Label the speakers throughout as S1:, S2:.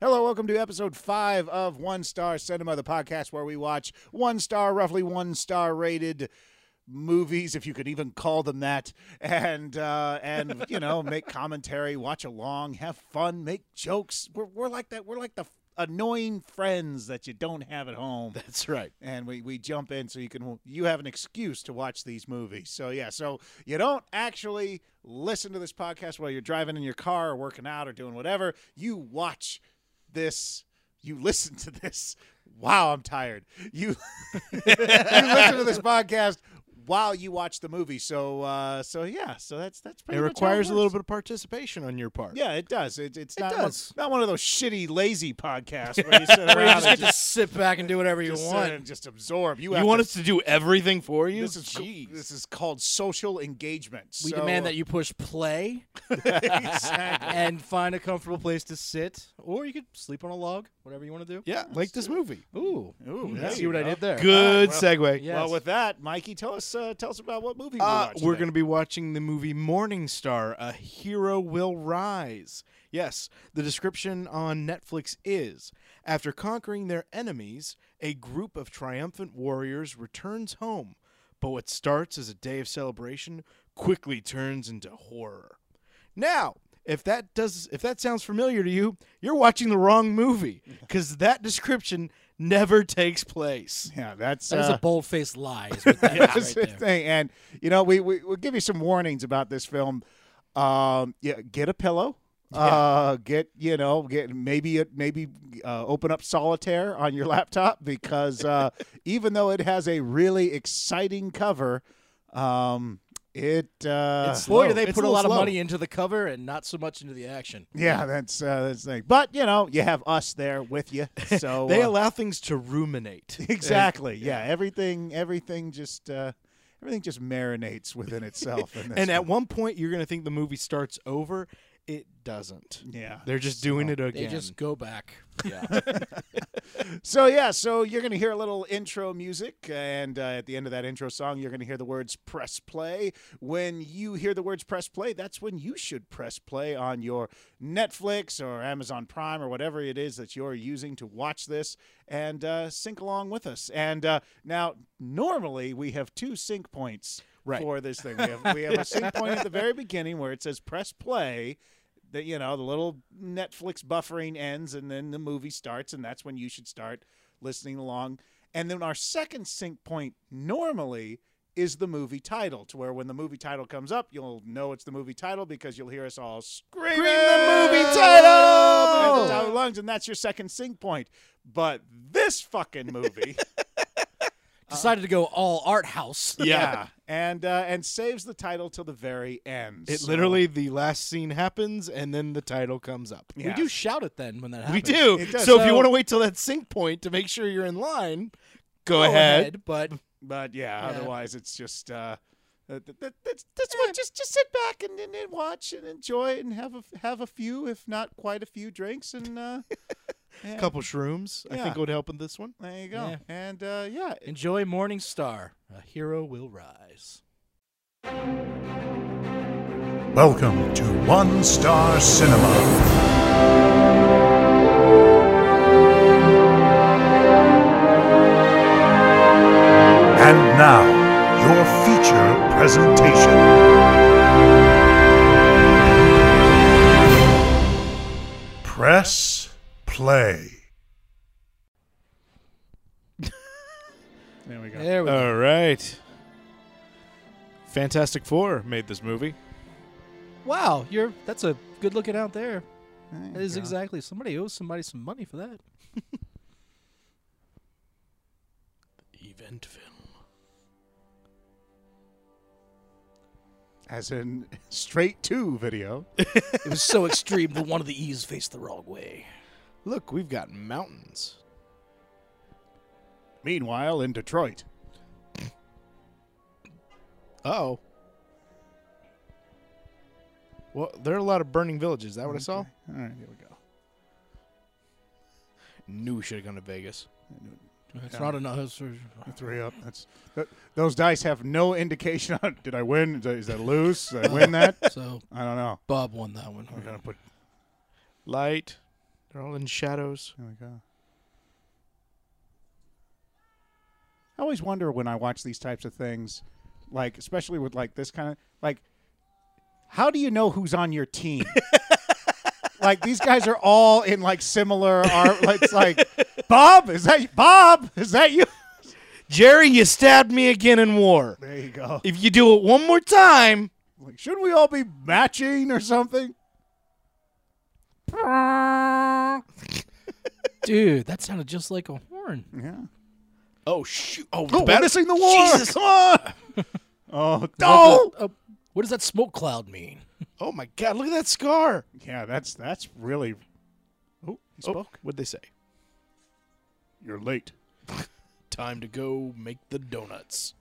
S1: Hello, welcome to episode five of One Star Cinema, the podcast where we watch one star, roughly one star rated movies, if you could even call them that, and uh, and you know make commentary, watch along, have fun, make jokes. We're we're like that. We're like the annoying friends that you don't have at home
S2: That's right.
S1: and we, we jump in so you can you have an excuse to watch these movies so yeah so you don't actually listen to this podcast while you're driving in your car or working out or doing whatever you watch this you listen to this wow i'm tired you you listen to this podcast while you watch the movie so uh so yeah so that's that's pretty
S2: it
S1: much how
S2: requires a little
S1: works.
S2: bit of participation on your part.
S1: yeah, it does. It, it's not
S2: does.
S1: One, not one of those shitty lazy podcasts where you sit around
S3: Where you just
S1: and
S3: get to sit back and do whatever you
S1: just sit
S3: want.
S1: and just absorb. You,
S2: You
S1: have
S2: want
S1: to
S2: us to do everything for you?
S1: This is co-
S2: Jeez.
S1: this is called social engagement.
S3: We
S1: So,
S3: demand
S2: uh,
S3: that you push play
S1: exactly.
S3: and find a comfortable place to sit, or you could sleep on a log, whatever you want to do.
S2: yeah, like this movie.
S3: Ooh,
S1: Ooh,
S3: Mm,
S1: there
S3: see
S1: you
S3: what I
S1: go.
S3: did there.
S2: Good
S1: well-
S2: segue.
S3: Yeah.
S1: Well,
S3: Yes.
S1: with that, Mikey, tell us uh, tell us about what movie we
S2: Uh,
S1: watched.
S2: we're
S1: today.
S2: going to be watching the movie Morning Star, A Hero Will Rise. Yes, the description on Netflix is After conquering their enemies, a group of triumphant warriors returns home, but what starts as a day of celebration quickly turns into horror. Now, if that does if that sounds familiar to you, you're watching the wrong movie cuz that description never takes place.
S1: yeah, that's
S3: That is
S1: uh,
S3: a bold faced lie. Is what that is
S1: that's the
S3: right there.
S1: thing. And you know, we, we we'll give you some warnings about this film. Um, yeah, get a pillow. Uh, get you know, get maybe it maybe uh, open up solitaire on your laptop because uh, even though it has a really exciting cover, um, it uh,
S2: It's
S3: Boy,
S2: Slow.
S3: do they
S2: It's
S3: put
S2: a
S3: a
S2: little
S3: lot of
S2: slow.
S3: money into the cover and not so much into the action.
S1: Yeah, that's uh, that's the thing. But you know, you have us there with you, so
S2: They
S1: uh,
S2: allow things to ruminate.
S1: exactly. Yeah, everything, everything just uh, everything just marinates within itself. in this
S2: And at
S1: one.
S2: one point, you're going to think the movie starts over. It doesn't.
S1: yeah,
S2: They're just doing it
S3: They
S2: again. Uh,
S3: just go back. Yeah.
S1: so yeah, so you're gonna hear a little intro music, and uh, at the end of that intro song, you're gonna hear the words "press play." When you hear the words "press play," that's when you should press play on your Netflix or Amazon Prime or whatever it is that you're using to watch this, and uh, sync along with us. And uh, now, normally we have two sync points
S2: Right.
S1: for this thing. We have, we have a sync point at the very beginning where it says "press play." the you know the little Netflix buffering ends and then the movie starts and that's when you should start listening along. And then our second sync point normally is the movie title, to where when the movie title comes up, you'll know it's the movie title because you'll hear us all scream the
S2: movie
S1: at the
S2: title!
S1: top of our lungs, and that's your second sync point. But this fucking movie,
S3: Decided to go all art house.
S1: yeah, and uh, and saves the title till the very end.
S2: It
S1: So-
S2: literally, the last scene happens, and then the title comes up.
S1: Yeah.
S3: We do shout it then when that happens.
S2: We do.
S1: It does.
S2: So, if you
S3: So-
S2: want to wait till that sync point to make sure you're in line, go,
S3: Go
S2: ahead.
S3: ahead, but
S1: But yeah,
S3: Yeah.
S1: otherwise it's just uh, that, that, that's that's what just just sit back and, and, and watch and enjoy it and have a have a few, if not quite a few drinks, and uh,
S2: A
S1: and
S2: couple shrooms, I
S1: Yeah.
S2: think, would help in this one.
S1: There you go,
S3: Yeah.
S1: and uh, yeah, it-
S3: enjoy Morning Star. A hero will rise.
S4: Welcome to One Star Cinema. And now, your feature presentation. Press play.
S1: there we go.
S3: There we go.
S2: All right. Fantastic Four made this movie.
S3: Wow, you're that's a good looking out there.
S1: There
S3: That
S1: you
S3: is
S1: go.
S3: exactly somebody owes somebody some money for that.
S2: Event film.
S1: as in straight to video.
S3: It was so extreme that one of the E's faced the wrong way.
S2: Look, we've got mountains.
S1: Meanwhile, in Detroit,
S2: Oh. Well, there are a lot of burning villages. Is that what I saw?
S1: all right, here we go.
S2: Knew we should have gone to Vegas.
S3: It's
S1: Yeah.
S3: not enough.
S1: Three up. That's that, those dice have no indication on. Did I win? Is that, is that lose? Did I win that?
S3: So
S1: I don't know.
S3: Bob won that one.
S1: We're gonna put
S2: Light. They're all in shadows.
S1: There we go. I always wonder when I watch these types of things, like especially with like this kind of like, how do you know who's on your team? like these guys are all in like similar art. It's like Bob, is that Bob? Is that you?
S2: Jerry, you stabbed me again in war.
S1: There you go.
S2: If you do it one more time,
S1: Like, shouldn't we all be matching or something?
S3: Dude, that sounded just like a horn.
S1: Yeah.
S2: oh shoot! Oh,
S1: Oh, we're
S2: better-
S1: missing the war.
S2: Jesus.
S1: Come on. Oh
S3: Oh,
S1: no!
S3: what does that smoke cloud mean?
S2: Oh my God! Look at that scar.
S1: Yeah, that's that's really.
S2: Oh, he
S1: spoke.
S2: what'd they say?
S1: You're late.
S2: Time to go make the donuts.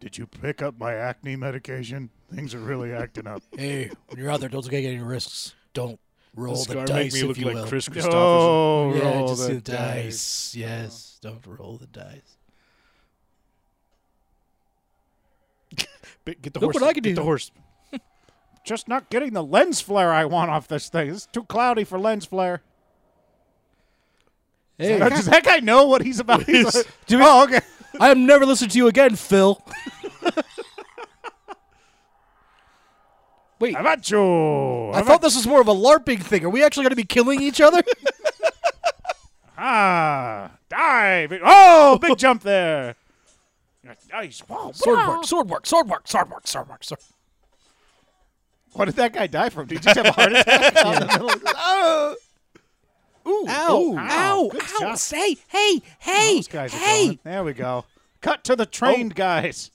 S1: Did you pick up my acne medication? Things are really acting up.
S3: Hey, when you're out there, don't take any risks. Don't roll the, dice, if you will.
S1: Oh,
S3: yeah,
S1: roll
S3: just
S1: the
S3: the dice. Oh. Yes, don't roll the dice.
S2: Get the
S3: Look
S2: horse.
S3: what I can
S2: get
S3: do.
S2: The horse.
S1: Just not getting the lens flare I want off this thing. It's too cloudy for lens flare.
S3: Hey,
S1: Uh, Does that guy know what he's about? He's like,
S3: Do we-
S1: oh, okay.
S3: I am never listening to you again, Phil. Wait,
S1: How about you?
S3: I thought this was more of a LARPing thing. Are we actually going to be killing each other?
S1: Ah, dive. Oh, big jump there. Nice. Whoa,
S3: sword work, sword work, sword work, sword work, sword work. Sword.
S1: What did that guy die from? Did he just have a heart attack? Out in the middle of- oh. Ooh, ooh, Good job.
S3: Say, hey, hey,
S1: Those guys are going. There we go. Cut to the trained guys.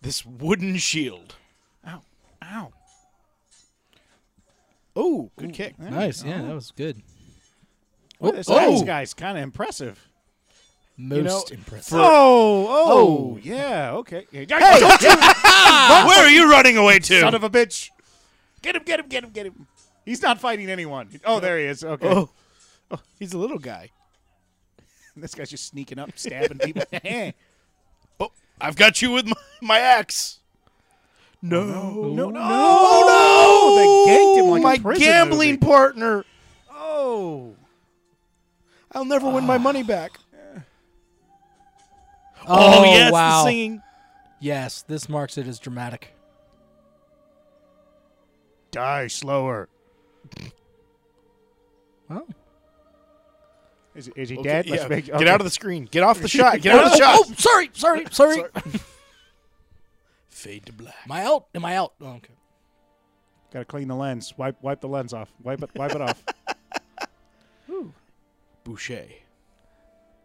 S2: This wooden shield.
S1: Ow. Ow.
S2: Oh, good kick.
S3: Nice, yeah, that was good.
S1: This
S3: oh.
S1: last guy's kind of impressive.
S3: Most impressive.
S1: oh, oh, yeah, okay. Hey, don't you,
S2: Where are you running away to?
S1: son of a bitch. Get him, get him, get him, get him. He's not fighting anyone. Oh, there he is. Okay.
S2: oh. Oh, he's a little guy.
S1: This guy's just sneaking up, stabbing people.
S2: Oh, I've got you with my, my axe. No.
S1: no, no, no. They ganked him like a
S2: my
S1: prison
S2: gambling
S1: movie.
S2: partner.
S1: Oh.
S2: I'll never win my money back.
S3: Oh,
S2: yes, the
S3: wow.
S2: singing.
S3: Yes, this marks it as dramatic.
S1: Die slower.
S3: Wow.
S1: Is, is he
S2: Okay,
S1: dead?
S2: yeah. Get out of the screen. Get off the shot. Get out of the shot.
S3: Oh, sorry, sorry, sorry.
S2: Fade to black.
S3: Am I out? Am I out? Oh, okay.
S1: Gotta clean the lens. Wipe wipe the lens off. Wipe it wipe it off.
S2: Boucher.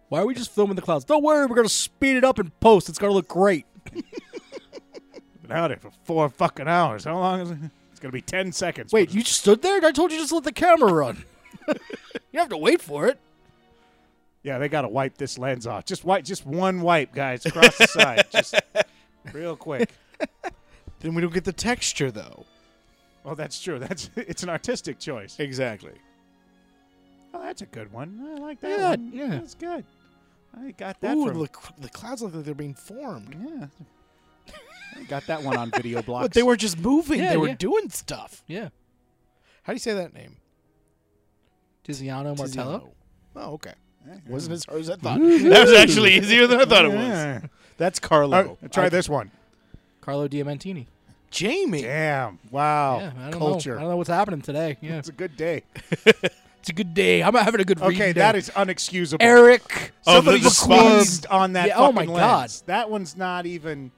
S3: Why are we just filming the clouds? Don't worry, we're gonna speed it up and post. It's gonna look great.
S1: Been out here for four fucking hours. How long is it? It's gonna be ten seconds.
S3: Wait, you stood there? I told you just let the camera run. you have to wait for it.
S1: Yeah, they gotta wipe this lens off. Just wipe just one wipe, guys, across the side. Just real quick.
S2: Then we don't get the texture though.
S1: Well, that's true. That's it's an artistic choice.
S2: Exactly.
S1: Oh, that's a good one. I like that
S3: Yeah,
S1: one.
S3: yeah.
S1: That's good. I got that
S2: Ooh,
S1: from
S2: the, cl- the clouds look like they're being formed.
S1: Yeah. I got that one on video blocks.
S2: But they were just moving.
S3: Yeah,
S2: they were
S3: yeah.
S2: doing stuff.
S3: Yeah.
S2: How do you say that name?
S3: Tiziano Martello.
S2: Tiziano. Oh, okay.
S1: Yeah.
S2: Wasn't as hard as I thought. that was actually easier than I thought it was.
S1: Yeah.
S2: That's Carlo.
S1: All right, try this one.
S3: Carlo Diamantini.
S2: Jamie.
S1: Damn.
S2: Oh,
S1: Wow.
S3: yeah, I don't
S1: Culture.
S3: know. I don't know what's happening today. Yeah.
S1: It's a good day.
S3: It's a good day. I'm having a good reading
S1: Okay,
S3: day.
S1: that is unexcusable.
S3: Eric.
S2: Oh, the-
S1: Somebody
S2: the
S1: squeezed on that
S3: Yeah, oh
S1: fucking
S3: my
S1: lens. That one's not even.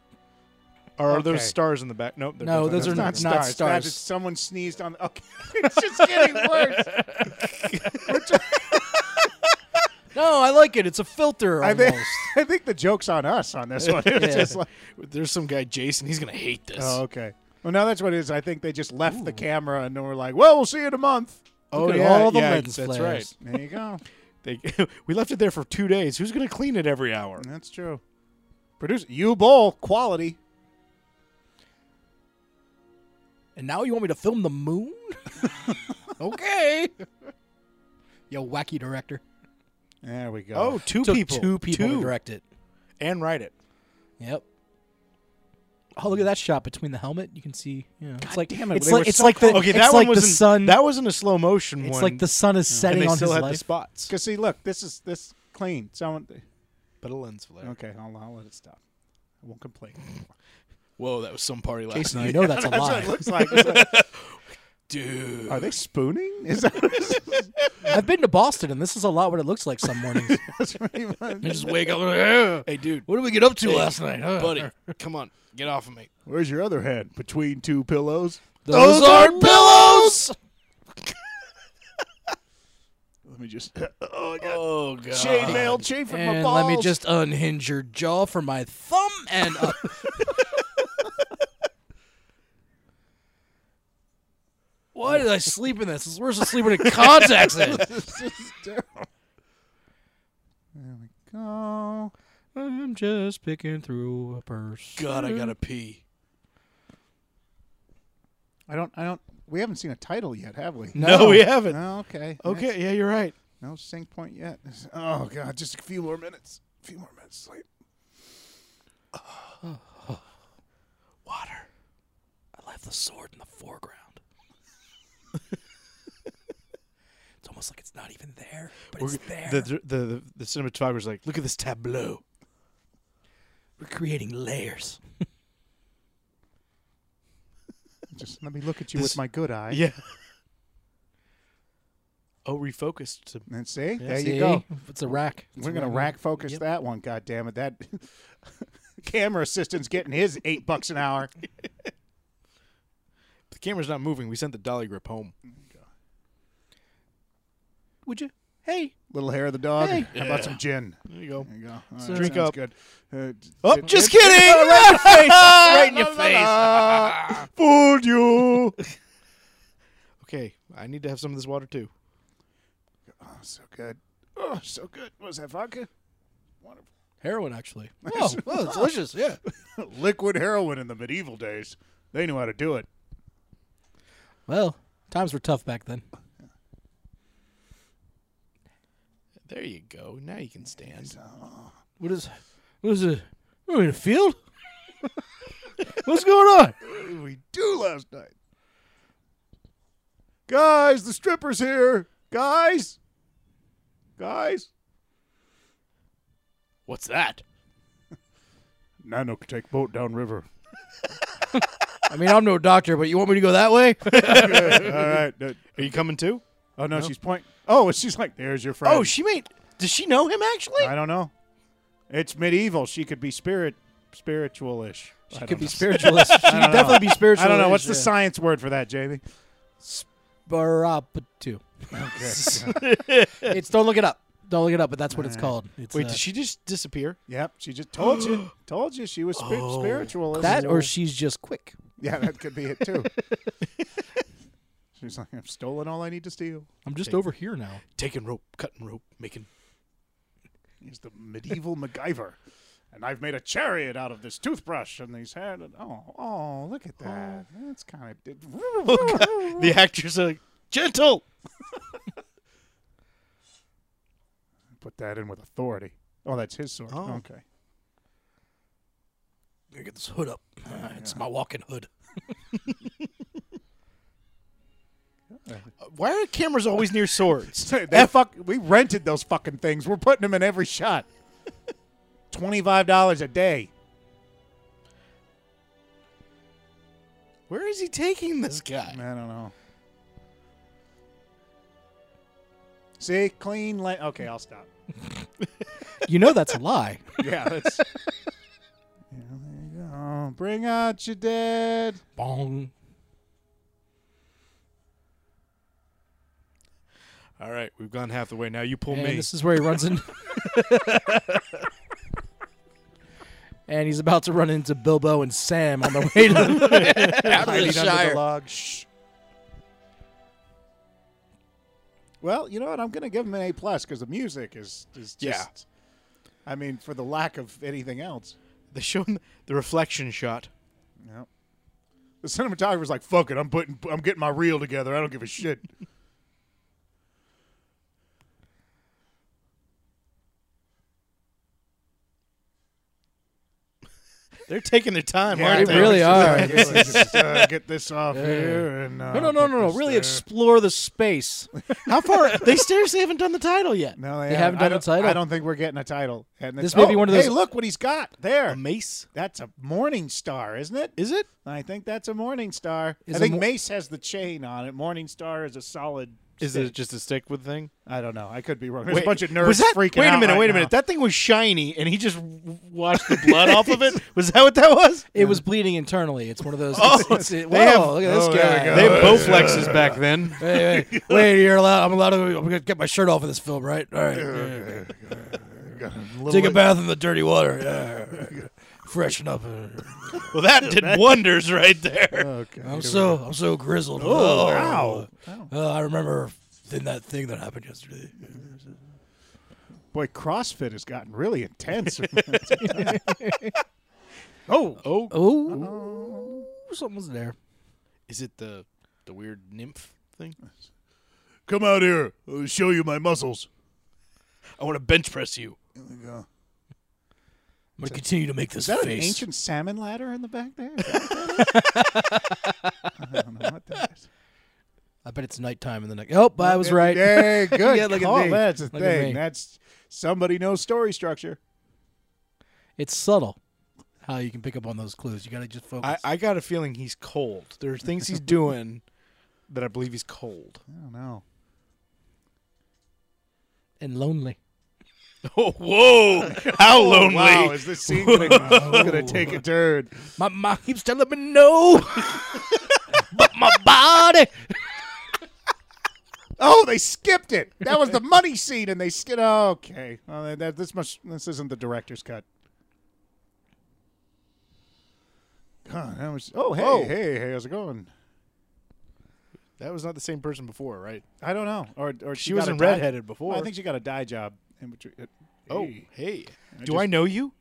S2: Are
S1: Okay.
S2: those stars in the back? Nope. they're
S3: No,
S2: definitely
S3: those are
S2: not.
S1: Not stars.
S3: not
S1: That
S3: stars.
S1: is someone sneezed on. Okay, it's just getting worse.
S3: No, I like it. It's a filter
S1: I
S3: almost.
S1: think, I think the joke's on us on this one. It's
S3: Yeah.
S1: just like,
S2: There's some guy Jason. He's gonna hate this.
S1: oh, okay. Well, now that's what it is. I think they just left the camera and were like, "Well, we'll see you in a month."
S2: Oh,
S3: Look at
S2: yeah,
S3: all the
S2: yeah,
S3: lens
S2: that's
S3: flares.
S2: right.
S1: There you go.
S2: They, we left it there for two days. Who's gonna clean it every hour?
S1: That's true. Produce you bowl quality.
S3: And now you want me to film the moon? okay. Yo, wacky director.
S1: There we go.
S2: Oh, two
S3: Took
S2: people.
S3: two people to direct it.
S2: and write it.
S3: Yep. Oh, look at that shot between the helmet. You can see. Yeah, it's like
S1: damn it,
S3: It's
S1: they
S3: like
S1: were
S3: it's
S1: so
S3: like the
S2: Okay,
S3: it's
S2: that
S3: like
S2: one
S3: the
S2: wasn't
S3: sun.
S2: that wasn't a slow motion
S3: it's
S2: one.
S3: like the sun is
S2: and
S3: setting
S2: they
S3: on
S2: still
S3: his
S2: had
S3: life.
S2: the spots,
S1: Cause see, look, this is this clean. Someone,
S2: but a lens flare.
S1: okay, I'll, I'll let it stop. I won't complain.
S2: Whoa, that was some party last
S3: Jason,
S2: night,
S3: you know that's a
S1: That's what
S3: lie.
S1: it looks like. It's like,
S2: dude.
S1: Are they spooning? Is that what it is?
S3: I've been to Boston, and this is a lot what it looks like some mornings.
S1: That's pretty much-
S2: just wake up. "Ugh." Hey, dude. What did we get up to last night, huh? buddy? Come on, get off of me.
S1: Where's your other hand? Between two pillows?
S3: Those are
S2: pillows.
S1: Let me just
S2: Oh, oh god.
S1: chain mail, chain from my
S3: Uh, and
S1: balls.
S3: let me just unhinge your jaw for my thumb and up. Why did I sleep in this? It's worse than sleeping in contacts. In.
S1: This is terrible. There we go.
S3: I'm just picking through a purse.
S2: God, I gotta pee.
S1: I don't. I don't. We haven't seen a title yet, have we?
S2: No, we haven't.
S1: Oh, okay.
S2: Okay, yeah, you're right.
S1: No sync point yet. Oh god, just a few more minutes. A few more minutes sleep.
S3: Water. I left the sword in the foreground. it's almost like it's not even there, but it's there.
S2: The, the the the cinematographer's like, look at this tableau.
S3: We're creating layers.
S1: Just let me look at you
S2: This-
S1: with my good eye.
S2: Yeah. Oh, refocused to
S1: And see, there you go.
S3: It's a rack. It's
S1: We're
S3: a
S1: gonna rack focus that one. God damn it! That camera assistant's getting his eight bucks an hour.
S2: The camera's not moving. We sent the dolly grip home.
S3: Would you? Hey,
S1: Little hair of the dog.
S3: Hey.
S1: How about some gin?
S2: There you go.
S1: There you go. All right,
S2: Drink
S1: sounds
S2: up.
S1: Good. Uh, d-
S2: Oh,
S1: d-
S2: just
S1: d-
S2: kidding!
S3: right in your
S1: face.
S2: Fooled you. okay, I need to have some of this water too.
S1: Oh, so good. Oh, so good. What was that vodka? Wonderful.
S3: Heroin, actually. Whoa, whoa, it's delicious. Yeah.
S1: Liquid heroin in the medieval days. They knew how to do it.
S3: Well, times were tough back then.
S2: There you go. Now you can stand.
S3: What is? What is it? We're in a field. What's going on?
S1: What did we do last night? Guys, the stripper's here. Guys. Guys.
S2: What's that?
S1: Nano could take boat down river.
S3: I mean, I'm no doctor, but you want me to go that way?
S1: All right. no-
S2: Are you coming too?
S1: Oh no, she's pointing. Oh, she's like, "There's your friend."
S2: Oh, she made. Does she know him actually?
S1: I don't know. It's medieval. She could be spirit, spiritual-ish. I
S3: She
S1: don't
S3: could be
S1: know.
S3: spiritualist. She could
S1: I don't know.
S3: definitely be spiritual.
S1: I don't know. What's the science word for that, Jamie?
S3: Barapatu.
S1: Okay.
S3: It's don't look it up. Don't look it up, but that's what it's called. It's,
S2: Wait,
S3: uh,
S2: did she just disappear?
S1: yep. She just told you. Told you she was spi- spiritual.
S3: that or she's just quick?
S1: yeah, that could be it too. She's like, I've stolen all I need to steal.
S3: I'm just over here now.
S2: Taking rope, cutting rope, making.
S1: He's the medieval MacGyver, and I've made a chariot out of this toothbrush and these hand. And, oh, oh, look at that. That's kind of.
S2: The actors are like, gentle.
S1: Put that in with authority. Oh, that's his sword.
S2: Oh.
S1: Okay.
S3: I get this hood up. it's my walking hood.
S2: Why are cameras always near swords?
S1: They fuck. We rented those fucking things. We're putting them in every shot. Twenty-five dollars a day.
S2: Where is he taking this guy?
S1: I don't know. See, clean. La- okay, I'll stop.
S3: You know that's a lie.
S1: Yeah, that's. Yeah, there you go. Bring out your dead.
S3: Bong.
S2: All right, we've gone half the way. Now you pull
S3: and
S2: me.
S3: this is where he runs in. and he's about to run into Bilbo and Sam on the way to the
S1: Hiding under the log. Shh. Well, you know what? I'm going to give him an A plus because the music is is just.
S2: Yeah.
S1: I mean, for the lack of anything else.
S2: They show him the reflection shot.
S1: Yep. The cinematographer's like, "Fuck it, I'm putting, I'm getting my reel together. I don't give a shit."
S2: They're taking their time,
S1: Yeah,
S2: aren't
S3: they
S2: they?
S3: really are.
S1: Get, this, uh, get this off here. And, uh,
S3: No, no, no,
S1: put
S3: no, no.
S1: this
S3: Really
S1: there.
S3: explore the space.
S2: How far? They seriously haven't done the title yet.
S1: no, they,
S3: They
S1: haven't I
S3: haven't done a
S1: don't-
S3: title.
S1: I don't think we're getting a title. And
S3: This
S1: it's-
S3: may be
S1: oh,
S3: one of those-
S1: Hey, look what he's got
S2: A
S1: there.
S2: mace?
S1: That's a morning star, isn't it?
S2: Is it?
S1: I think that's a morning star.
S3: Is
S1: I
S3: a
S1: think
S3: mo-
S1: Mace has the chain on it. Morning star is a solid.
S2: Is
S1: stick.
S2: it just a stick with thing?
S1: I don't know. I could be wrong. There's
S2: Wait,
S1: a bunch of nerds
S2: was that,
S1: freaking
S2: Wait a
S1: out
S2: minute,
S1: right
S2: wait
S1: now.
S2: a minute. That thing was shiny, and he just w- washed the blood off of it. Was that what that was?
S3: It was bleeding internally. It's one of those.
S2: Oh,
S3: it's, it's, it,
S2: they
S3: whoa,
S2: have-
S3: look at this
S1: oh, there
S3: guy.
S1: we go.
S2: They had Bowflexes back then.
S3: Hey, hey, wait, you're allowed. I'm allowed to. I'm gonna get my shirt off in this film, right? All right. Take a bath in the dirty water. Yeah. Freshen up.
S2: Well, that did wonders right there.
S3: I'm so I'm so grizzled.
S1: Oh, wow.
S3: Oh, I remember then that thing that happened yesterday.
S1: Boy, CrossFit has gotten really intense.
S2: Oh, oh,
S3: Oh, something's there.
S2: is it the the weird nymph thing?
S4: Come out here. I'll show you my muscles.
S2: I want to bench press you.
S3: I'm gonna continue to make this
S1: Is that an
S3: face.
S1: ancient salmon ladder in the back there? Is that what that is? I don't know what that is.
S3: I bet it's nighttime in the next. Oh, I was right.
S1: Hey, good
S3: Yeah, look at
S1: call.
S3: me.
S1: That's a
S3: Look at
S1: thing.
S3: me.
S1: That's somebody knows story structure.
S3: It's subtle how you can pick up on those clues. You gotta just focus.
S2: I, I got a feeling he's cold. There are things he's doing that I believe he's cold.
S1: I don't know.
S3: and lonely.
S2: Oh, whoa! How lonely!
S1: Wow, is this scene going to take a turn?
S3: My mom keeps telling me no, but my body.
S1: Oh, they skipped it. That was the money scene, and they skipped. Oh, okay, well, that, this must this isn't the director's cut. God, that was. Oh, hey,
S2: Whoa.
S1: hey, hey, how's it going?
S2: That was not the same person before, right?
S1: I don't know. Or, or
S2: She,
S1: got
S2: wasn't
S1: a dye-
S2: redheaded before.
S1: Well, I think she got a dye job. In between. uh,
S2: oh,
S1: Hey.
S2: hey. Do
S1: just-
S2: I know you?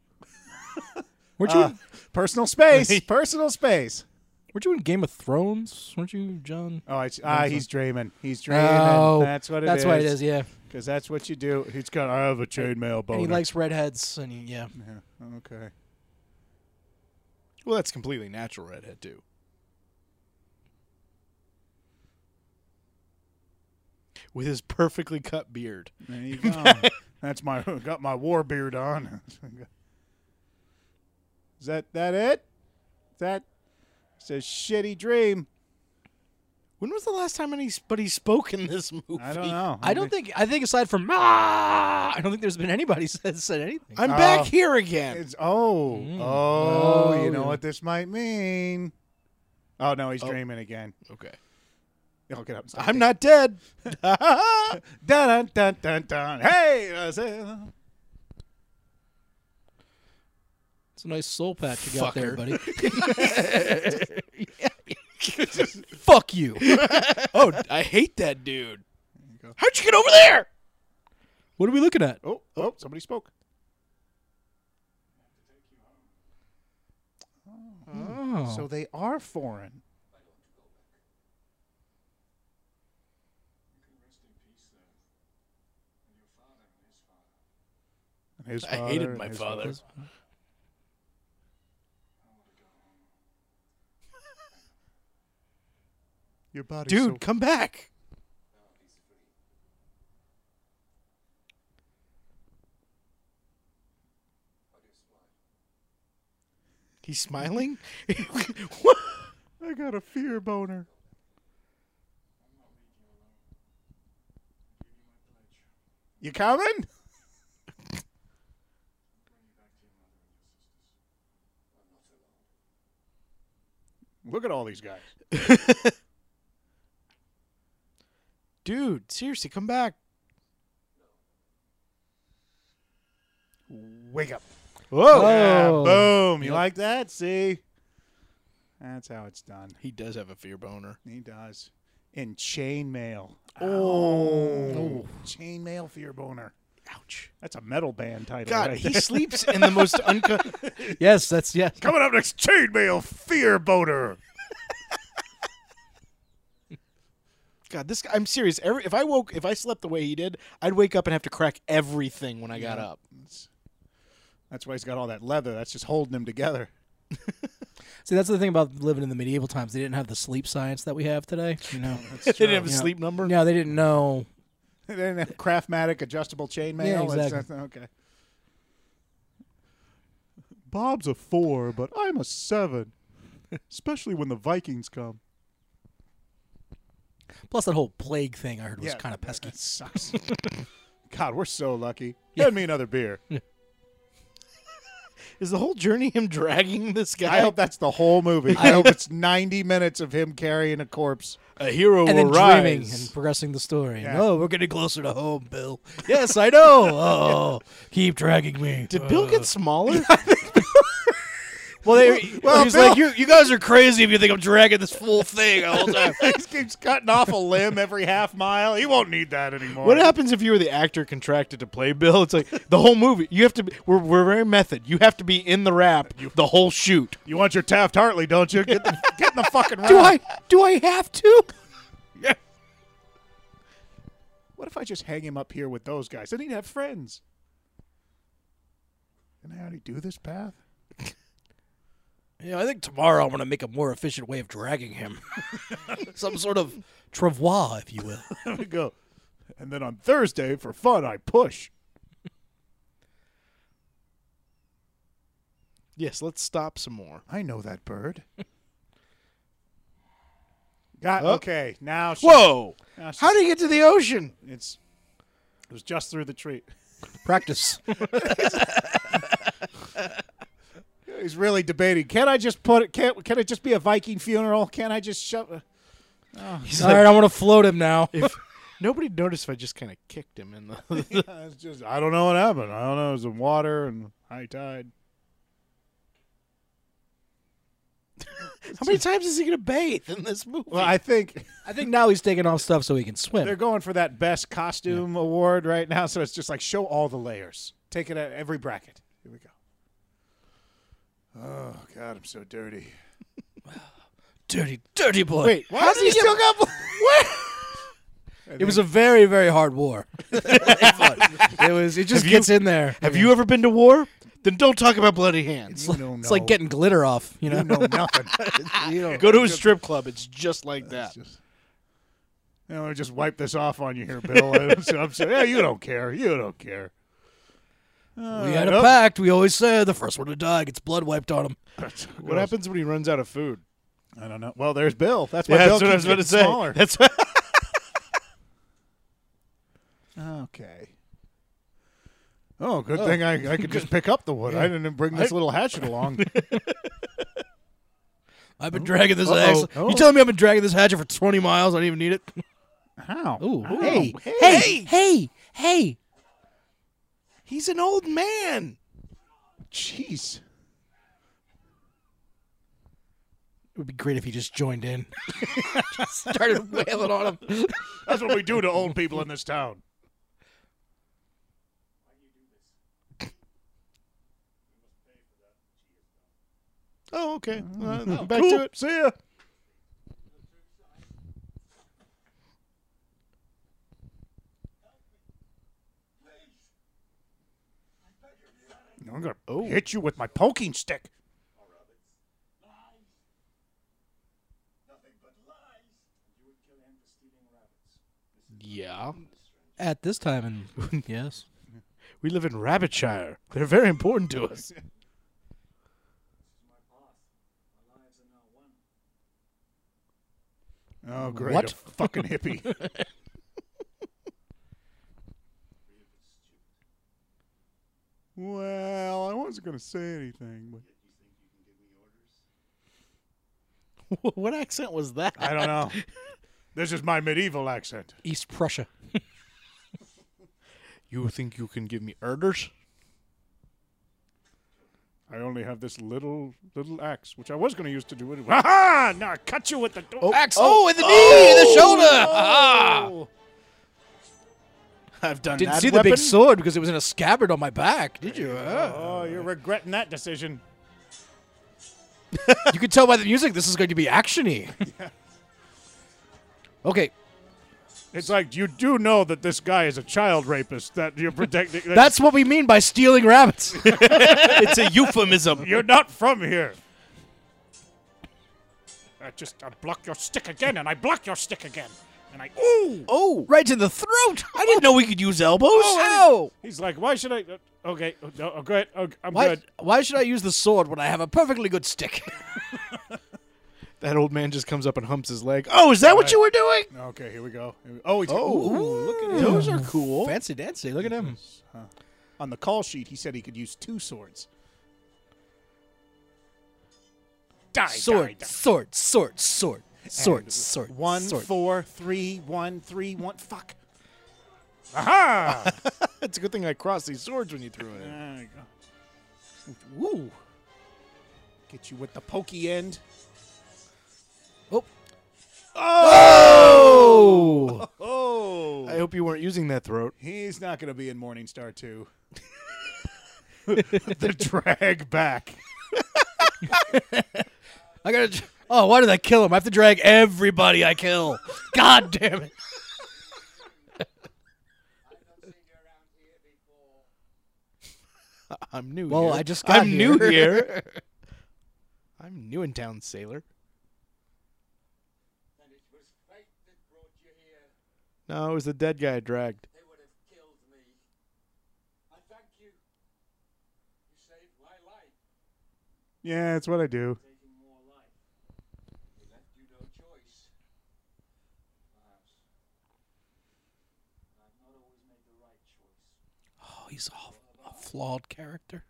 S3: Weren't you?
S1: personal space. personal space.
S3: weren't you in Game of Thrones? Weren't you, John?
S1: Oh, it's, ah, he's dreaming. He's dreaming.
S3: Oh,
S1: that's what it
S3: that's
S1: is.
S3: why it is. Yeah,
S1: Because that's what you do. He's got. I have a chainmail boner.
S3: and he likes redheads, and he, yeah,
S1: Yeah, okay.
S2: Well, that's completely natural redhead too. With his perfectly cut beard.
S1: There you go. That's my got my war beard on. Is that that it? That it's a shitty dream.
S2: When was the last time anybody spoke in this movie?
S1: I don't know.
S3: I don't think. I think aside from ah, I don't think there's been anybody said said anything.
S2: I'm
S1: Oh.
S2: back here again.
S1: it's oh
S3: Mm.
S1: oh,
S3: Oh,
S1: you know
S3: yeah.
S1: what this might mean. Oh no, he's
S2: Oh.
S1: dreaming again.
S2: Okay.
S1: He'll get up. and start
S2: I'm not dead.
S1: dancing. dun dun dun dun dun. Hey, that's it.
S3: It's a nice soul patch you got there, buddy. Fuck you.
S2: oh, I hate that dude. How'd you get over there?
S3: What are we looking at?
S1: oh oh, somebody spoke.
S3: Oh,
S1: So they are foreign. And His
S2: I hated
S1: and
S2: my
S1: his
S2: father.
S1: Your body,
S2: Dude, come back. He's smiling? what?
S1: I got a fear boner. You coming? Look at all these guys.
S2: Dude, seriously, come back.
S1: Wake up.
S2: Whoa.
S1: Yeah,
S3: Oh.
S1: boom. You
S3: Yep.
S1: like that? See? That's how it's done.
S2: He does have a fear boner.
S1: He does. In chainmail. Oh. Chainmail fear boner.
S2: Ouch.
S1: That's a metal band title.
S2: God,
S1: right
S2: he
S1: there.
S2: sleeps in the most unco-
S3: yes, that's yes.
S1: Coming up next, chainmail fear boner.
S2: God, this guy, I'm serious. Every, if I woke if I slept the way he did, I'd wake up and have to crack everything when I got
S1: Yeah.
S2: up.
S1: That's why he's got all that leather. That's just holding him together.
S3: See, that's the thing about living in the medieval times. They didn't have the sleep science that we have today. You know,
S2: they didn't have a
S3: Yeah.
S2: sleep number.
S3: yeah, they didn't know.
S1: then a Craftmatic adjustable chainmail.
S3: Yeah,
S1: It's-
S3: exactly.
S1: Okay.
S4: Bob's a four, but I'm a seven. Especially when the Vikings come.
S3: Plus, that whole plague thing I heard was
S1: Yeah,
S3: kind of
S1: that-
S3: pesky.
S1: That sucks. God, we're so lucky.
S3: Yeah.
S1: Hand me another beer.
S2: Is the whole journey him dragging this guy?
S1: I hope that's the whole movie. I hope it's 90 minutes of him carrying a corpse.
S2: a hero
S3: And then
S2: will
S3: dreaming
S2: rise.
S3: and progressing the story.
S1: Yeah.
S3: Oh, we're getting closer to home, Bill. Yes, I know. Oh, keep dragging me.
S2: Did
S3: Uh,
S2: Bill get smaller? well, they,
S1: Well,
S2: well, he's
S1: Bill-
S2: like, you, you guys are crazy if you think I'm dragging this full thing the whole time.
S1: he keeps cutting off a limb every half mile. He won't need that anymore.
S2: What happens if you were the actor contracted to play Bill? It's like the whole movie. You have to. Be, we're we're very method. You have to be in the rap the whole shoot.
S1: You want your Taft Hartley, don't you? Get, the, get in the fucking round.
S3: Do I? Do I have to?
S1: What if I just hang him up here with those guys? Then he'd have friends. Can I already do this path?
S3: Yeah, I think tomorrow I'm going to make a more efficient way of dragging him. Some sort of travois, if you will.
S1: There we go. And then on Thursday, for fun, I push.
S2: Yes, let's stop some more.
S1: I know that bird. God,
S2: Oh.
S1: okay. Now, she,
S2: Whoa!
S1: now she-
S2: How do you get to the ocean?
S1: it's it was just through the tree.
S3: Practice.
S1: He's really debating. Can I just put it? Can can it just be a Viking funeral? Can I just shove?
S2: He's
S3: All
S2: like,
S3: right, I want to float him now.
S2: if nobody noticed, if I just kind of kicked him in the.
S1: Yeah, it's just I don't know what happened. I don't know. It was in water and high tide.
S2: How many times is he gonna bathe in this movie?
S1: Well, I think
S3: I think now he's taking off stuff so he can
S1: they're
S3: swim.
S1: going for that best costume award right now. So it's just like show all the layers. Take it at every bracket. Here we go. Oh God, I'm so dirty.
S3: Dirty, dirty boy.
S2: Wait,
S1: Why does he still got? bl- What?
S3: it was a very, very hard war. it was. It just
S2: Have you-
S3: gets in there.
S2: have you ever been to war? Then don't talk about bloody hands.
S3: It's,
S1: You
S3: like,
S1: don't
S3: it's like
S1: know.
S3: getting glitter off. You know.
S1: You know nothing. you don't.
S2: Go to a strip club. It's just like that.
S1: Just, you know, just wipe this off on you here, Bill. I'm so- I'm so- yeah, you don't care. You don't care.
S3: we had a pact. We always said the first one to die gets blood wiped on him.
S2: What happens when he runs out of food?
S1: I don't know. Well, there's Bill. That's why Bill keeps getting smaller.
S2: That's
S1: Okay. Oh, good thing I, I could just pick up the wood. I didn't bring this little hatchet along.
S3: I've been dragging this
S1: Uh-oh.
S3: axe.
S1: Oh.
S3: You telling me I've been dragging this hatchet for 20 miles? I don't even need it.
S1: How?
S3: Ooh.
S1: Ow.
S3: Hey, hey, hey, hey.
S2: he's an old man.
S1: Jeez.
S3: It would be great if he just joined in. Just started wailing on him.
S1: That's what we do to old people in this town.
S2: Oh, okay.
S1: Mm-hmm.
S2: Uh,
S1: Back to it. See ya. I'm gonna hit you with my poking stick.
S2: Yeah.
S3: At this time, and yes.
S2: We live in Rabbitshire. They're very important to us.
S1: Oh, great!
S3: What?
S1: a fucking hippie?
S4: Well, I wasn't going to say anything, but
S2: what accent was that?
S1: I don't know. This is my medieval accent.
S3: East Prussia.
S2: You think you can give me orders?
S1: I only have this little little axe, which I was going to use to do it. Ha ha! Now I cut you with the axe.
S2: Oh, in the knee, in the shoulder.
S1: Ah!
S2: I've done
S3: Didn't
S2: that
S3: see the
S2: weapon.
S3: big sword because it was in a scabbard on my back, did you?
S1: Oh, you're regretting that decision.
S3: you could tell by the music this is going to be actiony. Okay,
S1: It's like you do know that this guy is a child rapist that you're protecting.
S3: that's what we mean by stealing rabbits.
S2: it's a euphemism.
S1: you're not from here. I just I block your stick again, and I block your stick again, and I ooh.
S2: Oh,
S3: Right to the throat. I didn't know we could use elbows.
S1: Oh, He's like, why should I? Okay, no, oh, go ahead. Oh, I'm
S3: Why,
S1: good.
S3: why should I use the sword when I have a perfectly good stick?
S2: that old man just comes up and humps his leg. Oh, is that what you were doing?
S1: Okay, here we go. Here we- Oh, he's
S2: Oh,
S1: ooh, look at him.
S2: Those are cool.
S3: Fancy dancy. Look at him.
S1: On the call sheet, he said he could use two swords. Die, die,
S3: Sword,
S1: die.
S3: sword, sword, sword, sword, sword. Oh.
S1: One,
S3: sword.
S1: four, three, one, three, one. Fuck. Aha!
S2: It's a good thing I crossed these swords when you threw it.
S1: there we go. Woo! Get you with the pokey end.
S3: Oh,
S2: Oh!
S1: Oh!
S2: I hope you weren't using that throat.
S1: He's not going to be in Morningstar 2. the drag back.
S3: I gotta. dr- Oh, why did I kill him? I have to drag everybody I kill. God damn it.
S2: I'm new
S3: Well,
S2: here.
S3: I just got
S2: I'm
S3: here.
S2: new here. I'm new in town, sailor.
S5: and it was fate that brought you here.
S2: No, it was the dead guy I dragged.
S5: They would have killed me. I thank you. You saved my life,
S4: Yeah, it's what I do.
S5: taking more life. They left you no choice. Perhaps. I've not always made the right choice.
S3: Oh, he's a, a flawed character.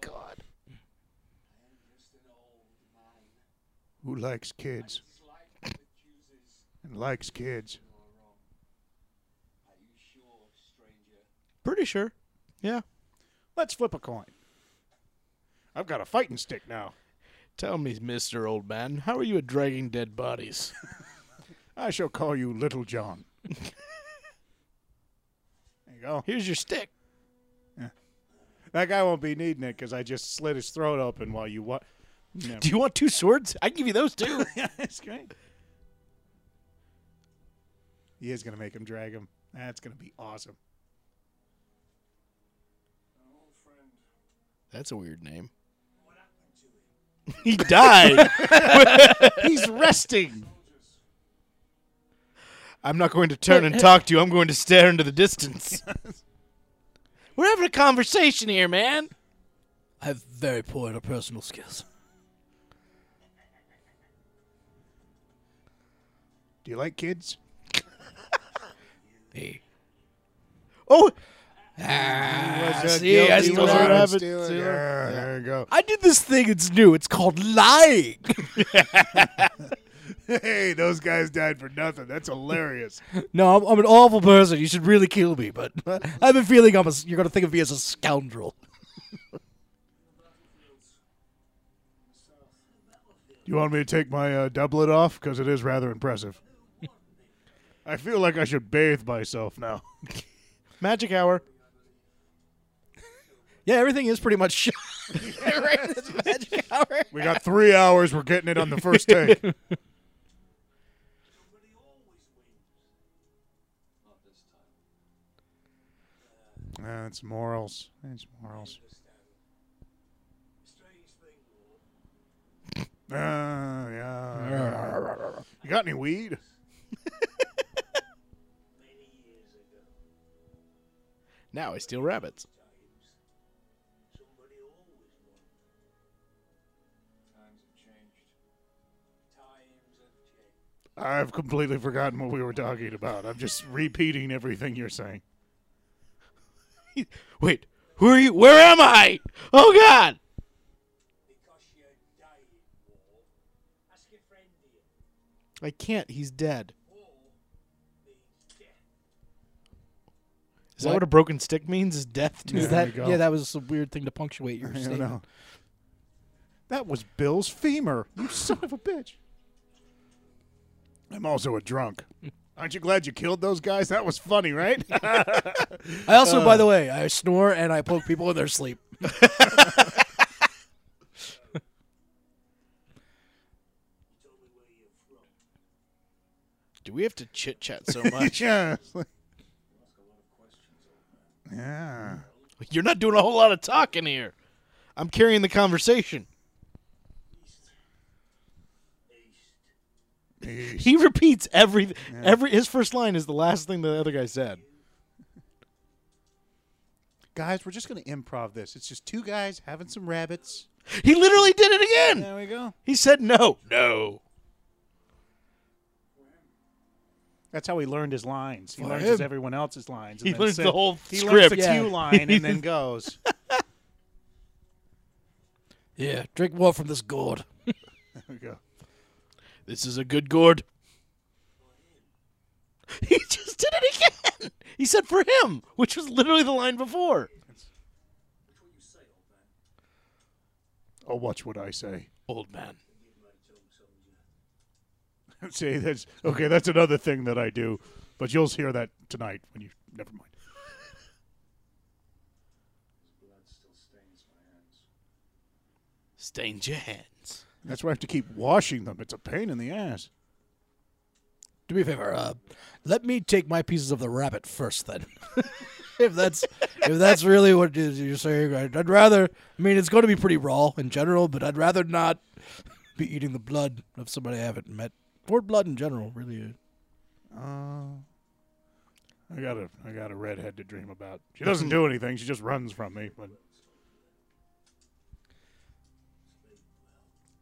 S3: God.
S5: I'm just an old man.
S4: Who likes kids
S5: It's life that chooses.
S4: and likes kids?
S5: You're wrong. Are you sure, stranger?
S2: Pretty sure. Yeah.
S1: Let's flip a coin. I've got a fighting stick now.
S2: Tell me, Mister Old Man, how are you at dragging dead bodies?
S1: I shall call you Little John. there you go.
S2: Here's your stick.
S1: That guy won't be needing it because I just slit his throat open while you what? No.
S2: Do you want two swords? I can give you those too.
S1: That's great. He is going to make him drag him. That's going to be awesome.
S2: That's a weird name. He died.
S1: He's resting.
S2: I'm not going to turn and talk to you. I'm going to stare into the distance. We're having a conversation here, man.
S3: I have very poor interpersonal skills.
S1: Do you like kids?
S3: Hey.
S2: Oh,
S3: I see, I
S2: guilty
S3: still
S2: one.
S3: have-
S2: rabbit,
S1: Yeah,
S2: Sailor.
S1: There you go.
S3: I did this thing. It's new. It's called lying.
S1: Hey, those guys died for nothing. That's hilarious.
S3: no, I'm, I'm an awful person. You should really kill me. But I have a feeling I'm a, you're going to think of me as a scoundrel.
S1: You want me to take my uh, doublet off? Because it is rather impressive. I feel like I should bathe myself now.
S2: magic hour.
S3: Yeah, everything is pretty much shot. right? It's magic hour.
S1: We got three hours. We're getting it on the first take.
S5: Somebody always wins. Not this time.
S1: That's morals. That's morals.
S5: Understand. Strange thing, Lord.
S1: Uh, yeah. You got any weed?
S5: Many years ago,
S2: Now I steal rabbits.
S5: times, somebody always won. Times have changed. Times have changed.
S1: I've completely forgotten what we were talking about. I'm just repeating everything you're saying.
S2: Wait, who are you? Where am I? Oh God!
S5: Because you're dying, War. Ask your friend here.
S2: I can't. He's dead.
S5: War means death.
S2: Is that what a broken stick means? Is death too?
S1: Is
S3: Is
S1: There that- we
S3: that,
S1: go.
S3: yeah, that was a weird thing to punctuate your
S1: I don't
S3: statement.
S1: know. That was Bill's femur. You son of a bitch. I'm also a drunk. Aren't you glad you killed those guys? That was funny, right?
S3: I also, by the way, I snore and I poke people in their sleep.
S5: Tell me where you're from.
S2: Do we have to chit chat so much?
S1: yeah. it's like- Yeah.
S2: You're not doing a whole lot of talking here. I'm carrying the conversation.
S5: East. East.
S2: He repeats every every his first line is the last thing the other guy said.
S1: Guys, we're just going to improv this. It's just two guys having some rabbits.
S2: He literally did it again.
S1: There we go.
S2: He said no. No.
S1: That's how he learned his lines. He
S2: For
S1: learns his
S2: him.
S1: everyone else's lines. And
S2: He
S1: then
S2: learns
S1: said-
S2: the whole
S1: He learns the
S2: script.
S1: cue
S3: Yeah.
S1: line and then goes.
S3: Yeah, drink more from this gourd.
S1: There we go.
S2: This is a good gourd. He just did it again. He said for him, which was literally the line before.
S1: Oh, watch what I say.
S2: Old man.
S1: See, that's okay. That's another thing that I do, but you'll hear that tonight when you. Never mind.
S2: Stained your hands.
S1: That's why I have to keep washing them. It's a pain in the ass.
S3: Do me a favor. Uh, let me take my pieces of the rabbit first, then. if that's if that's really what it is you're saying, I'd, I'd rather. I mean, it's going to be pretty raw in general, but I'd rather not be eating the blood of somebody I haven't met or blood in general. Really,
S1: I got a I got a redhead to dream about. She doesn't do anything. She just runs from me. But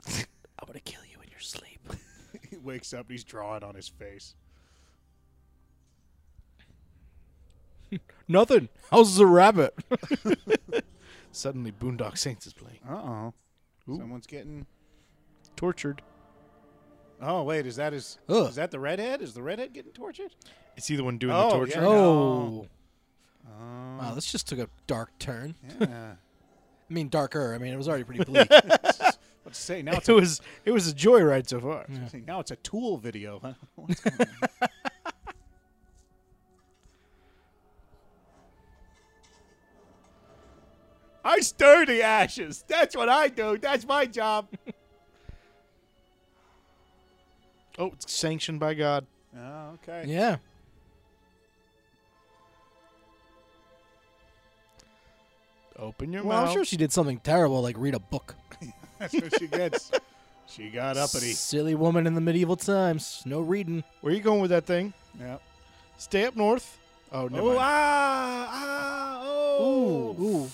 S3: I'm going to kill you in your sleep.
S1: he wakes up and he's drawing on his face.
S2: Nothing. How's the rabbit? Suddenly, Boondock Saints is playing.
S1: Uh oh. Someone's getting.
S2: Tortured.
S1: Oh wait, is that his?
S3: Ugh.
S1: Is that the redhead? Is the redhead getting tortured?
S2: Is he the one doing
S1: Oh,
S2: the torture?
S1: yeah.
S3: Oh,
S1: Oh.
S3: wow, this just took a dark turn.
S1: Yeah.
S3: I mean, darker. I mean, it was already pretty bleak.
S1: What to say now? It's
S2: It
S1: a,
S2: was it was a joyride so far.
S1: see, now it's a Tool video. Huh? I stir the ashes. That's what I do. That's my job.
S2: Oh, it's sanctioned by God.
S1: Oh, okay.
S3: yeah.
S2: Open your
S3: Well,
S2: mouth.
S3: I'm sure she did something terrible, like read a book.
S1: That's what she gets. She got uppity.
S3: Silly woman in the medieval times. No reading.
S2: Where you going with that thing?
S1: Yep.
S2: Stay up north. Oh, never
S1: Oh,
S2: mind.
S1: ah, ah, oh.
S3: Ooh.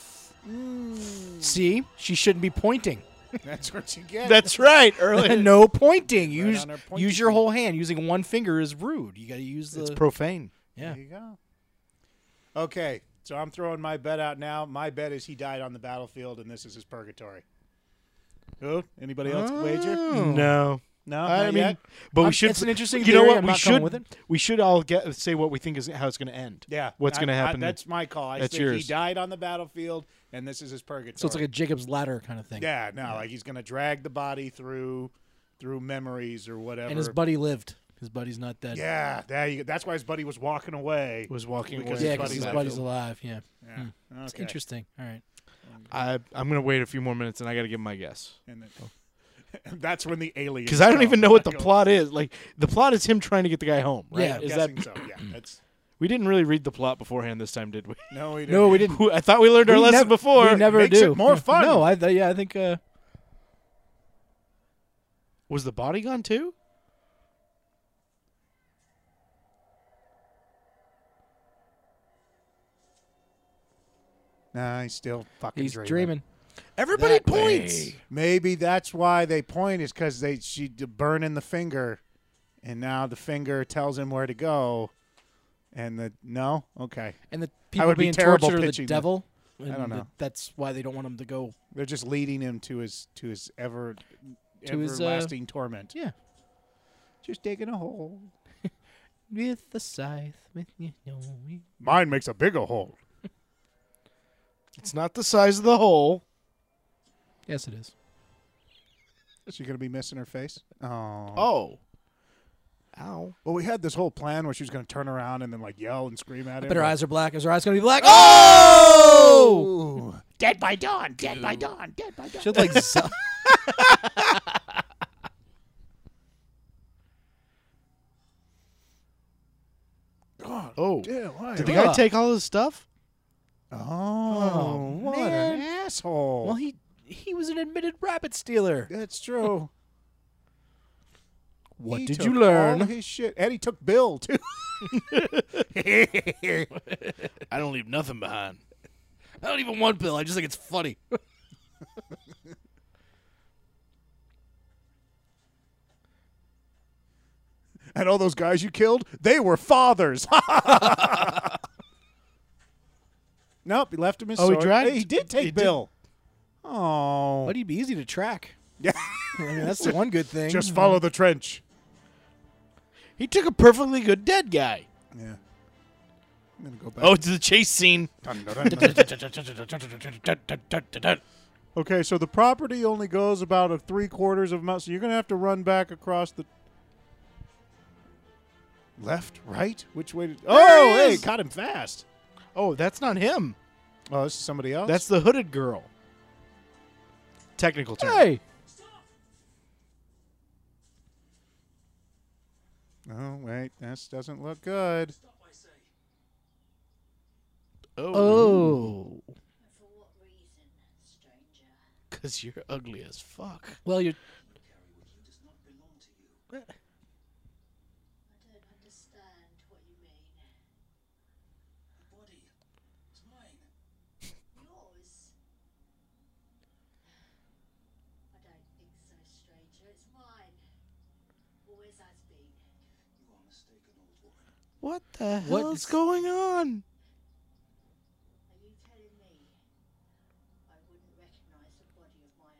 S3: See, she shouldn't be pointing.
S1: That's what you get.
S2: That's right. Early.
S3: no pointing. Use
S1: on her pointy
S3: use your
S1: finger.
S3: whole hand. Using one finger is rude. You got to use the
S2: It's profane.
S3: yeah.
S1: There you go. Okay, so I'm throwing my bet out now. My bet is he died on the battlefield, and this is his purgatory. Who? Anybody else wager?
S3: Oh.
S2: No.
S1: Hmm. No, not
S2: I mean,
S1: yet?
S2: but we
S3: I'm-
S2: should.
S3: it's an interesting
S2: You know
S3: theory.
S2: what?
S3: I'm
S2: we
S3: not
S2: should.
S3: coming with it.
S2: We should all get say what we think is how it's going to end.
S1: yeah.
S2: What's
S1: I-
S2: going to
S1: I-
S2: happen?
S1: that's my call. I
S2: That's
S1: think
S2: yours.
S1: he died on the battlefield, and this is his purgatory.
S3: So it's like a Jacob's ladder kind of thing.
S1: yeah, no, like he's gonna drag the body through through memories or whatever.
S3: And his buddy lived. His buddy's not dead.
S1: yeah, there you go. That's why his buddy was walking away.
S2: was walking
S1: Because
S2: away.
S3: Yeah,
S1: his
S3: because
S1: buddy's
S3: his
S1: alive.
S3: buddy's alive. Yeah.
S1: Yeah.
S3: Hmm. It's
S1: Okay.
S3: interesting. All right.
S2: I I'm going to wait a few more minutes and I got to give my guess
S1: And then, and that's when the aliens.
S2: because I don't
S1: come.
S2: even know what the
S1: Go-
S2: plot is. Like the plot is him trying to get the guy home. Right?
S3: Yeah.
S1: I'm
S2: Is that
S1: guessing so. Yeah, that's
S2: we didn't really read the plot beforehand this time, did we?
S1: no. We didn't.
S3: No, we didn't.
S2: I thought we learned our
S3: we
S2: lesson
S3: nev-
S2: before.
S3: We never
S1: Makes it
S3: do.
S1: more
S3: Yeah.
S1: fun.
S3: No, I th- yeah, I think. Uh,
S2: Was the body gone too?
S1: Nah, he's still fucking
S3: he's
S1: dreaming.
S3: dreaming.
S2: Everybody
S1: That
S2: points.
S1: Maybe that's why they point is because they she d- burning the finger, and now the finger tells him where to go, and the no okay
S3: And the people
S1: would be
S3: being
S1: terrible
S3: tortured are the
S1: pitching that.
S3: devil. I
S1: don't know.
S3: that's why they don't want him to go.
S1: they're just leading him to his to his ever
S3: To his, uh,
S1: everlasting torment.
S3: Yeah.
S1: Just digging a hole.
S3: With the scythe. With you know, we-
S1: Mine makes a bigger hole.
S2: It's not the size of the hole.
S3: Yes, it is.
S1: Is she gonna be missing her face? Oh.
S2: Oh. Ow.
S1: Well, we had this whole plan where she was gonna turn around and then like yell and scream at him.
S3: But her
S1: but-
S3: eyes are black. Is her eyes gonna be black?
S1: Ah!
S3: Oh!
S1: Ooh. Dead by dawn. Dead by dawn. Dead by dawn.
S3: She'll like. z-
S1: God.
S2: Oh.
S1: Damn, why-
S2: Did the
S3: Huh.
S2: guy take all his stuff?
S1: Oh, what an asshole.
S3: well, he he was an admitted rabbit stealer.
S1: That's true.
S3: What
S1: He
S3: did
S1: took
S3: you learn?
S1: All his shit, and he took Bill too.
S3: I don't leave nothing behind. I don't even want Bill. I just think it's funny.
S1: and all those guys you killed, they were fathers. nope, he left him his
S2: Oh, he
S1: sword.
S2: dragged-
S1: Hey, he did take
S2: he did-
S1: Bill. Oh,
S3: But he'd be easy to track.
S1: yeah.
S3: I mean, that's the one good thing.
S1: Just follow the trench.
S2: He took a perfectly good dead guy.
S1: Yeah. I'm gonna go back.
S2: Oh, it's the chase scene.
S1: Dun, dun, dun, dun.
S4: Okay, so the property only goes about a three quarters of a mile, so you're gonna have to run back across the.
S1: Left, right, which way? Did, oh, hey,
S2: is.
S1: caught him fast.
S2: Oh, that's not him.
S1: Oh, this is somebody else.
S2: That's the hooded girl. Technical term.
S3: Hey,
S1: Oh wait, this doesn't look good.
S5: Stop, I say.
S2: Oh,
S6: And for what reason, stranger?
S2: because you're ugly as fuck.
S3: well, you
S6: I don't understand what you mean.
S5: The body. It's mine.
S6: Yours? I don't think so, stranger. It's mine. Always has been.
S5: You are mistaken, old woman.
S2: What the
S3: What
S2: hell's
S3: is-
S2: going on?
S6: Are you telling me I wouldn't recognize the body of my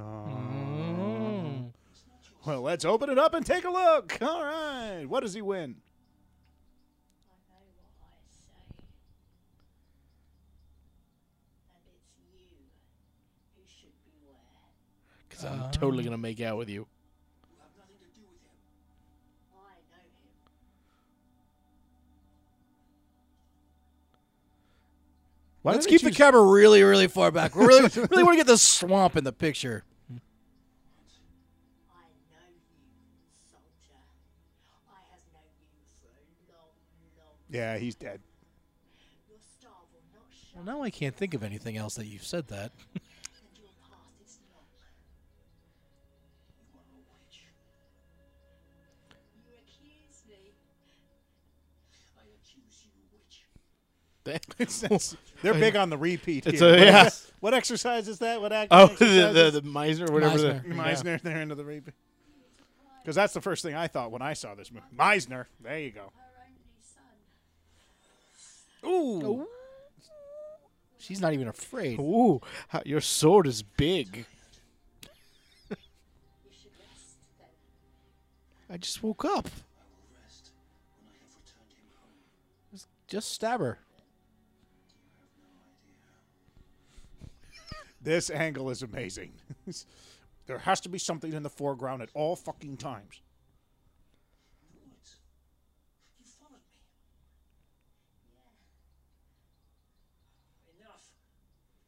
S6: own son?
S2: Mm-hmm.
S1: Well, let's open it up and take a look. All right, what does he win?
S6: I know what I say. And it's you who should beware.
S2: Because I'm totally gonna make out with you.
S5: You have nothing to do with him.
S6: I know him.
S1: Why
S3: let's
S1: did they
S3: keep the
S1: choose-
S3: camera really, really far back. We really, really want to get this swamp in the picture.
S6: I know you, soldier. I have known you for a long, long
S1: Yeah, he's dead.
S6: Your star will not
S3: Well,
S6: shine,
S3: now I can't think of anything else that you've said that.
S6: and your path is long.
S5: You are a witch.
S6: You accuse me.
S5: I accuse you, witch.
S1: It's- They're big on the repeat.
S2: It's
S1: here.
S2: a-
S1: what,
S2: yeah.
S1: ex- what exercise is that? What act?
S2: Oh, the
S1: exercise
S2: the,
S1: is-
S2: the Meisner, whatever. the-
S3: Meisner.
S1: Meisner. They're into the repeat. Because that's the first thing I thought when I saw this movie. Meisner. There you go.
S6: Her only son.
S1: Ooh.
S3: She's not even afraid.
S2: Ooh, how- your sword is big.
S6: You should rest then.
S2: I just woke up.
S3: Just- Just stab her.
S1: This angle is amazing. there has to be something in the foreground at all fucking times.
S5: The woods. You followed me. Enough.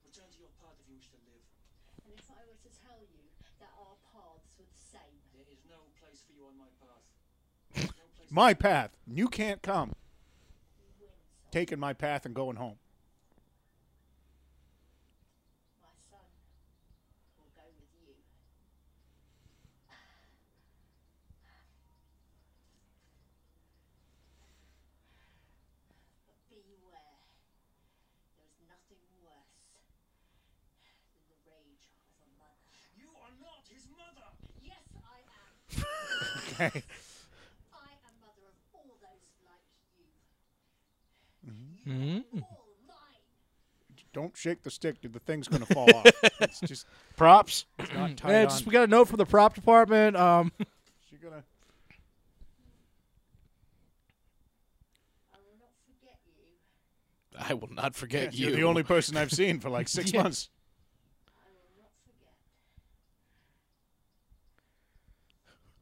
S5: Return to your path if you wish to live.
S6: And if I were to tell you that our paths were the same,
S5: There is no place for you on my path. There is no place
S1: My path. You can't come.
S6: you win, so
S1: Taking my path and going home.
S6: my son will go with you. But beware, there is nothing worse than the rage of a mother.
S5: You are not his mother.
S6: Yes, I am. I am mother of all those like you. You are all mine.
S1: Don't shake the stick, dude. The thing's going to fall off. It's just
S2: Props.
S1: it's not tied
S3: Hey,
S1: on.
S3: just, we got a note from the prop department. Um,
S1: You're gonna-
S2: I
S6: I will not forget you.
S2: will not forget you.
S1: You're the only person I've seen for like six
S2: Yeah.
S1: months.
S6: I will not forget.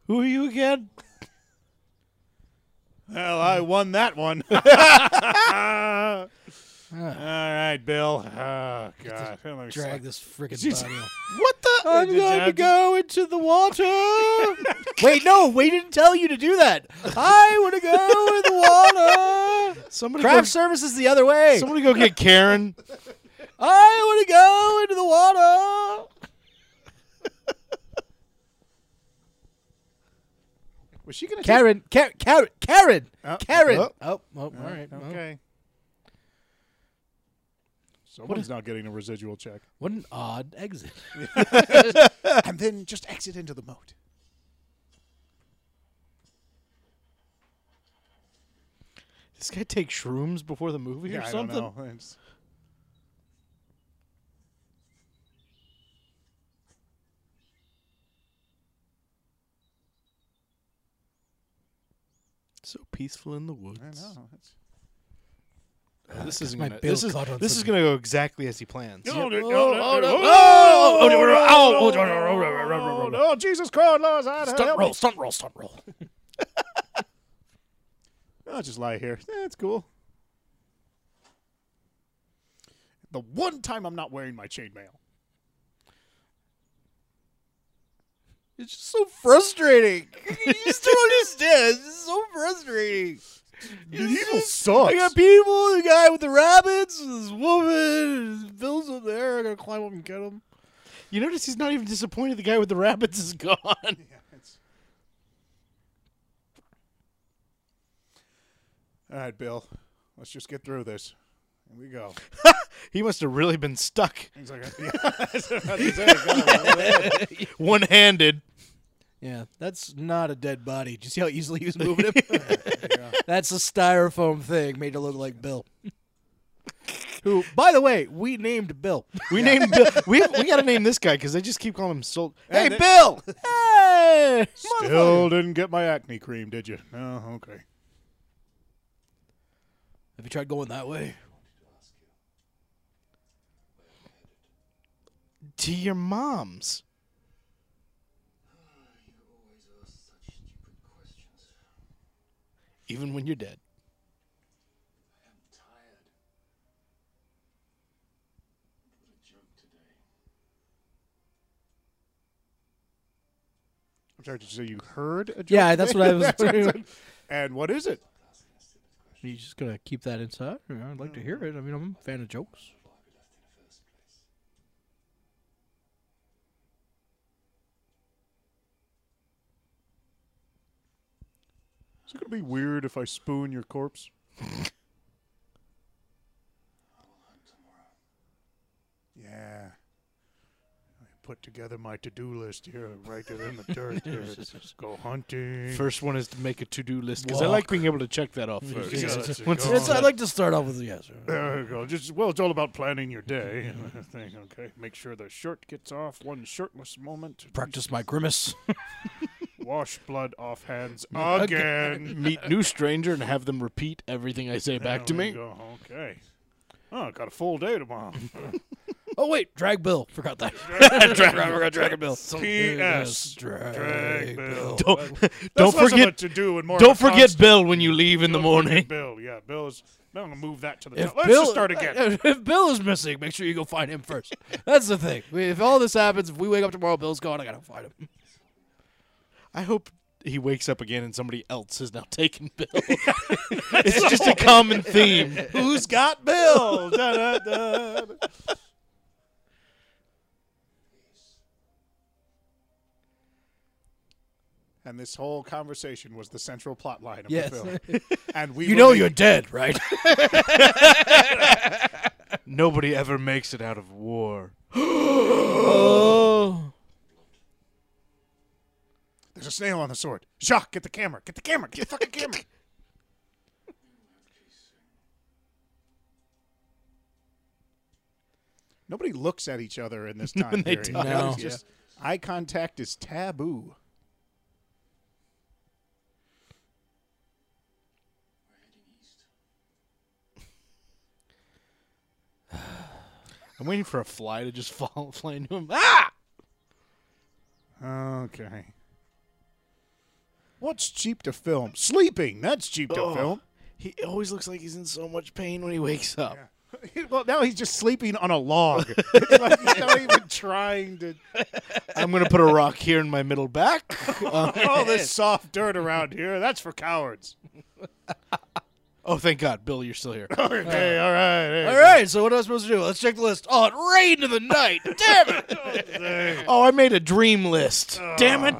S2: Who are you again?
S1: Well, I won that one. All right, Bill. Oh, God. Let me
S3: drag
S1: slap-
S3: this freaking
S1: She's-
S3: body. off.
S2: What the?
S1: I'm going to go
S2: into the water.
S3: Wait, no, we didn't tell you to do that. I want to go in the water.
S2: somebody, go,
S3: Craft services the other way.
S2: somebody go get Karen.
S3: I want to go into the water.
S1: Was she going to
S3: Karen, Karen, Karen, Karen,
S1: Oh,
S3: Karen.
S1: oh.
S3: Oh, oh, all right. oh.
S1: Okay. Someone's not getting a residual check.
S3: What an odd exit.
S1: and then just exit into the moat.
S2: This guy take shrooms before the movie or something?
S1: I don't know. It's-
S2: So peaceful in the woods.
S1: I know. It's-
S2: This isn't
S3: my
S2: gonna.
S3: bill
S2: This is
S3: caught on
S2: this is
S3: some-
S2: gonna go exactly as he plans.
S1: Oh, oh, oh, oh, Jesus Christ, Lord,
S3: Stunt
S1: help me.
S3: roll, stunt roll, stunt roll.
S1: I'll just lie here. That's cool. The one time I'm not wearing my chainmail.
S2: It's just so frustrating. you just don't understand. It's just so frustrating.
S1: Medieval
S2: I
S1: sucks.
S2: got people, the guy with the rabbits, this woman, Bill's up there. I gotta climb up and get him. You notice he's not even disappointed. The guy with the rabbits is gone.
S1: All right, Bill. Let's just get through this. Here we go.
S2: He must have really been stuck,
S1: He's like, yeah, I was about to say, God,
S2: one-handed.
S3: Yeah, that's not a dead body. Did you see how easily he was moving him? That's a styrofoam thing made to look like Bill. Who, by the way, we named Bill.
S2: We named Bill. We we gotta name this guy because they just keep calling him Sol. Hey,
S1: they-
S2: Bill. Hey.
S1: Still didn't get my acne cream, did you? No, okay.
S3: Have you tried going that way?
S2: To your mom's.
S5: You always ask such stupid questions.
S2: even when you're dead.
S5: I am tired. What a joke today.
S1: I'm sorry, did you say you heard a joke?
S3: Yeah, that's what I was.
S1: And what is it?
S3: you just gonna keep that inside? You know, I'd like to hear it. I mean, I'm a fan of jokes.
S1: Is it going to be weird if I spoon your corpse? yeah. I put together my to-do list here, write it in the dirt. here. Go hunting.
S2: First one is to make a to-do list because I like being able to check that off first.
S1: Yeah,
S2: It's-
S1: that's it.
S2: once
S1: Go
S2: it's
S1: on.
S2: done-
S3: I'd like to start off with yes.
S1: There you go. Just well, it's all about planning your day. Thing, okay, make sure the shirt gets off. One shirtless moment.
S3: Practice my grimace.
S1: Wash blood off hands again.
S2: meet new stranger and have them repeat everything I say back to
S1: There we
S2: me.
S1: go. Okay. Oh, got a full day tomorrow.
S3: Oh wait, drag Bill. Forgot that.
S2: Dragon Bill.
S1: P.S. Drag Bill.
S2: Don't,
S1: That's less
S2: don't
S1: of a
S2: forget.
S1: to-do and more of
S2: Don't
S1: a
S2: forget
S1: constant.
S2: Bill when you leave in the
S1: Don't forget
S2: morning.
S1: Bill, yeah, Bill is. I'm gonna move that to the.
S3: If
S1: top. Let's
S3: Bill,
S1: just start again.
S3: If Bill is missing, make sure you go find him first. That's the thing. We- If all this happens, if we wake up tomorrow, Bill's gone. I gotta find him.
S2: I hope he wakes up again and somebody else has now taken Bill. it's just a common theme.
S3: Who's got Bill?
S1: Oh, da, da, da. And this whole conversation was the central plot line of
S3: Yes.
S1: the film. And we
S3: You
S1: were
S3: know
S1: making-
S3: you're dead, right?
S2: Nobody ever makes it out of war.
S3: oh.
S1: There's a snail on the sword. Jacques, get the camera. Get the camera. Get the fucking camera. Nobody looks at each other in this time
S2: they
S1: period.
S2: talk.
S3: No.
S1: It's just- eye contact is taboo.
S2: I'm waiting for a fly to just fall fly into him. Ah!
S1: Okay. What's cheap to film? Sleeping. That's cheap to
S2: Oh.
S1: film.
S2: He always looks like he's in so much pain when he wakes up.
S1: well, now he's just sleeping on a log. It's like he's not even trying to.
S2: I'm gonna put a rock here in my middle back. Uh,
S1: All this soft dirt around here. That's for cowards.
S2: oh, thank God, Bill, you're still here.
S1: Okay, all right. hey.
S3: All right. So what am I supposed to do? Let's check the list. Oh, it rained in the night. Damn it.
S2: Ah. Oh, I made a dream list. Damn it!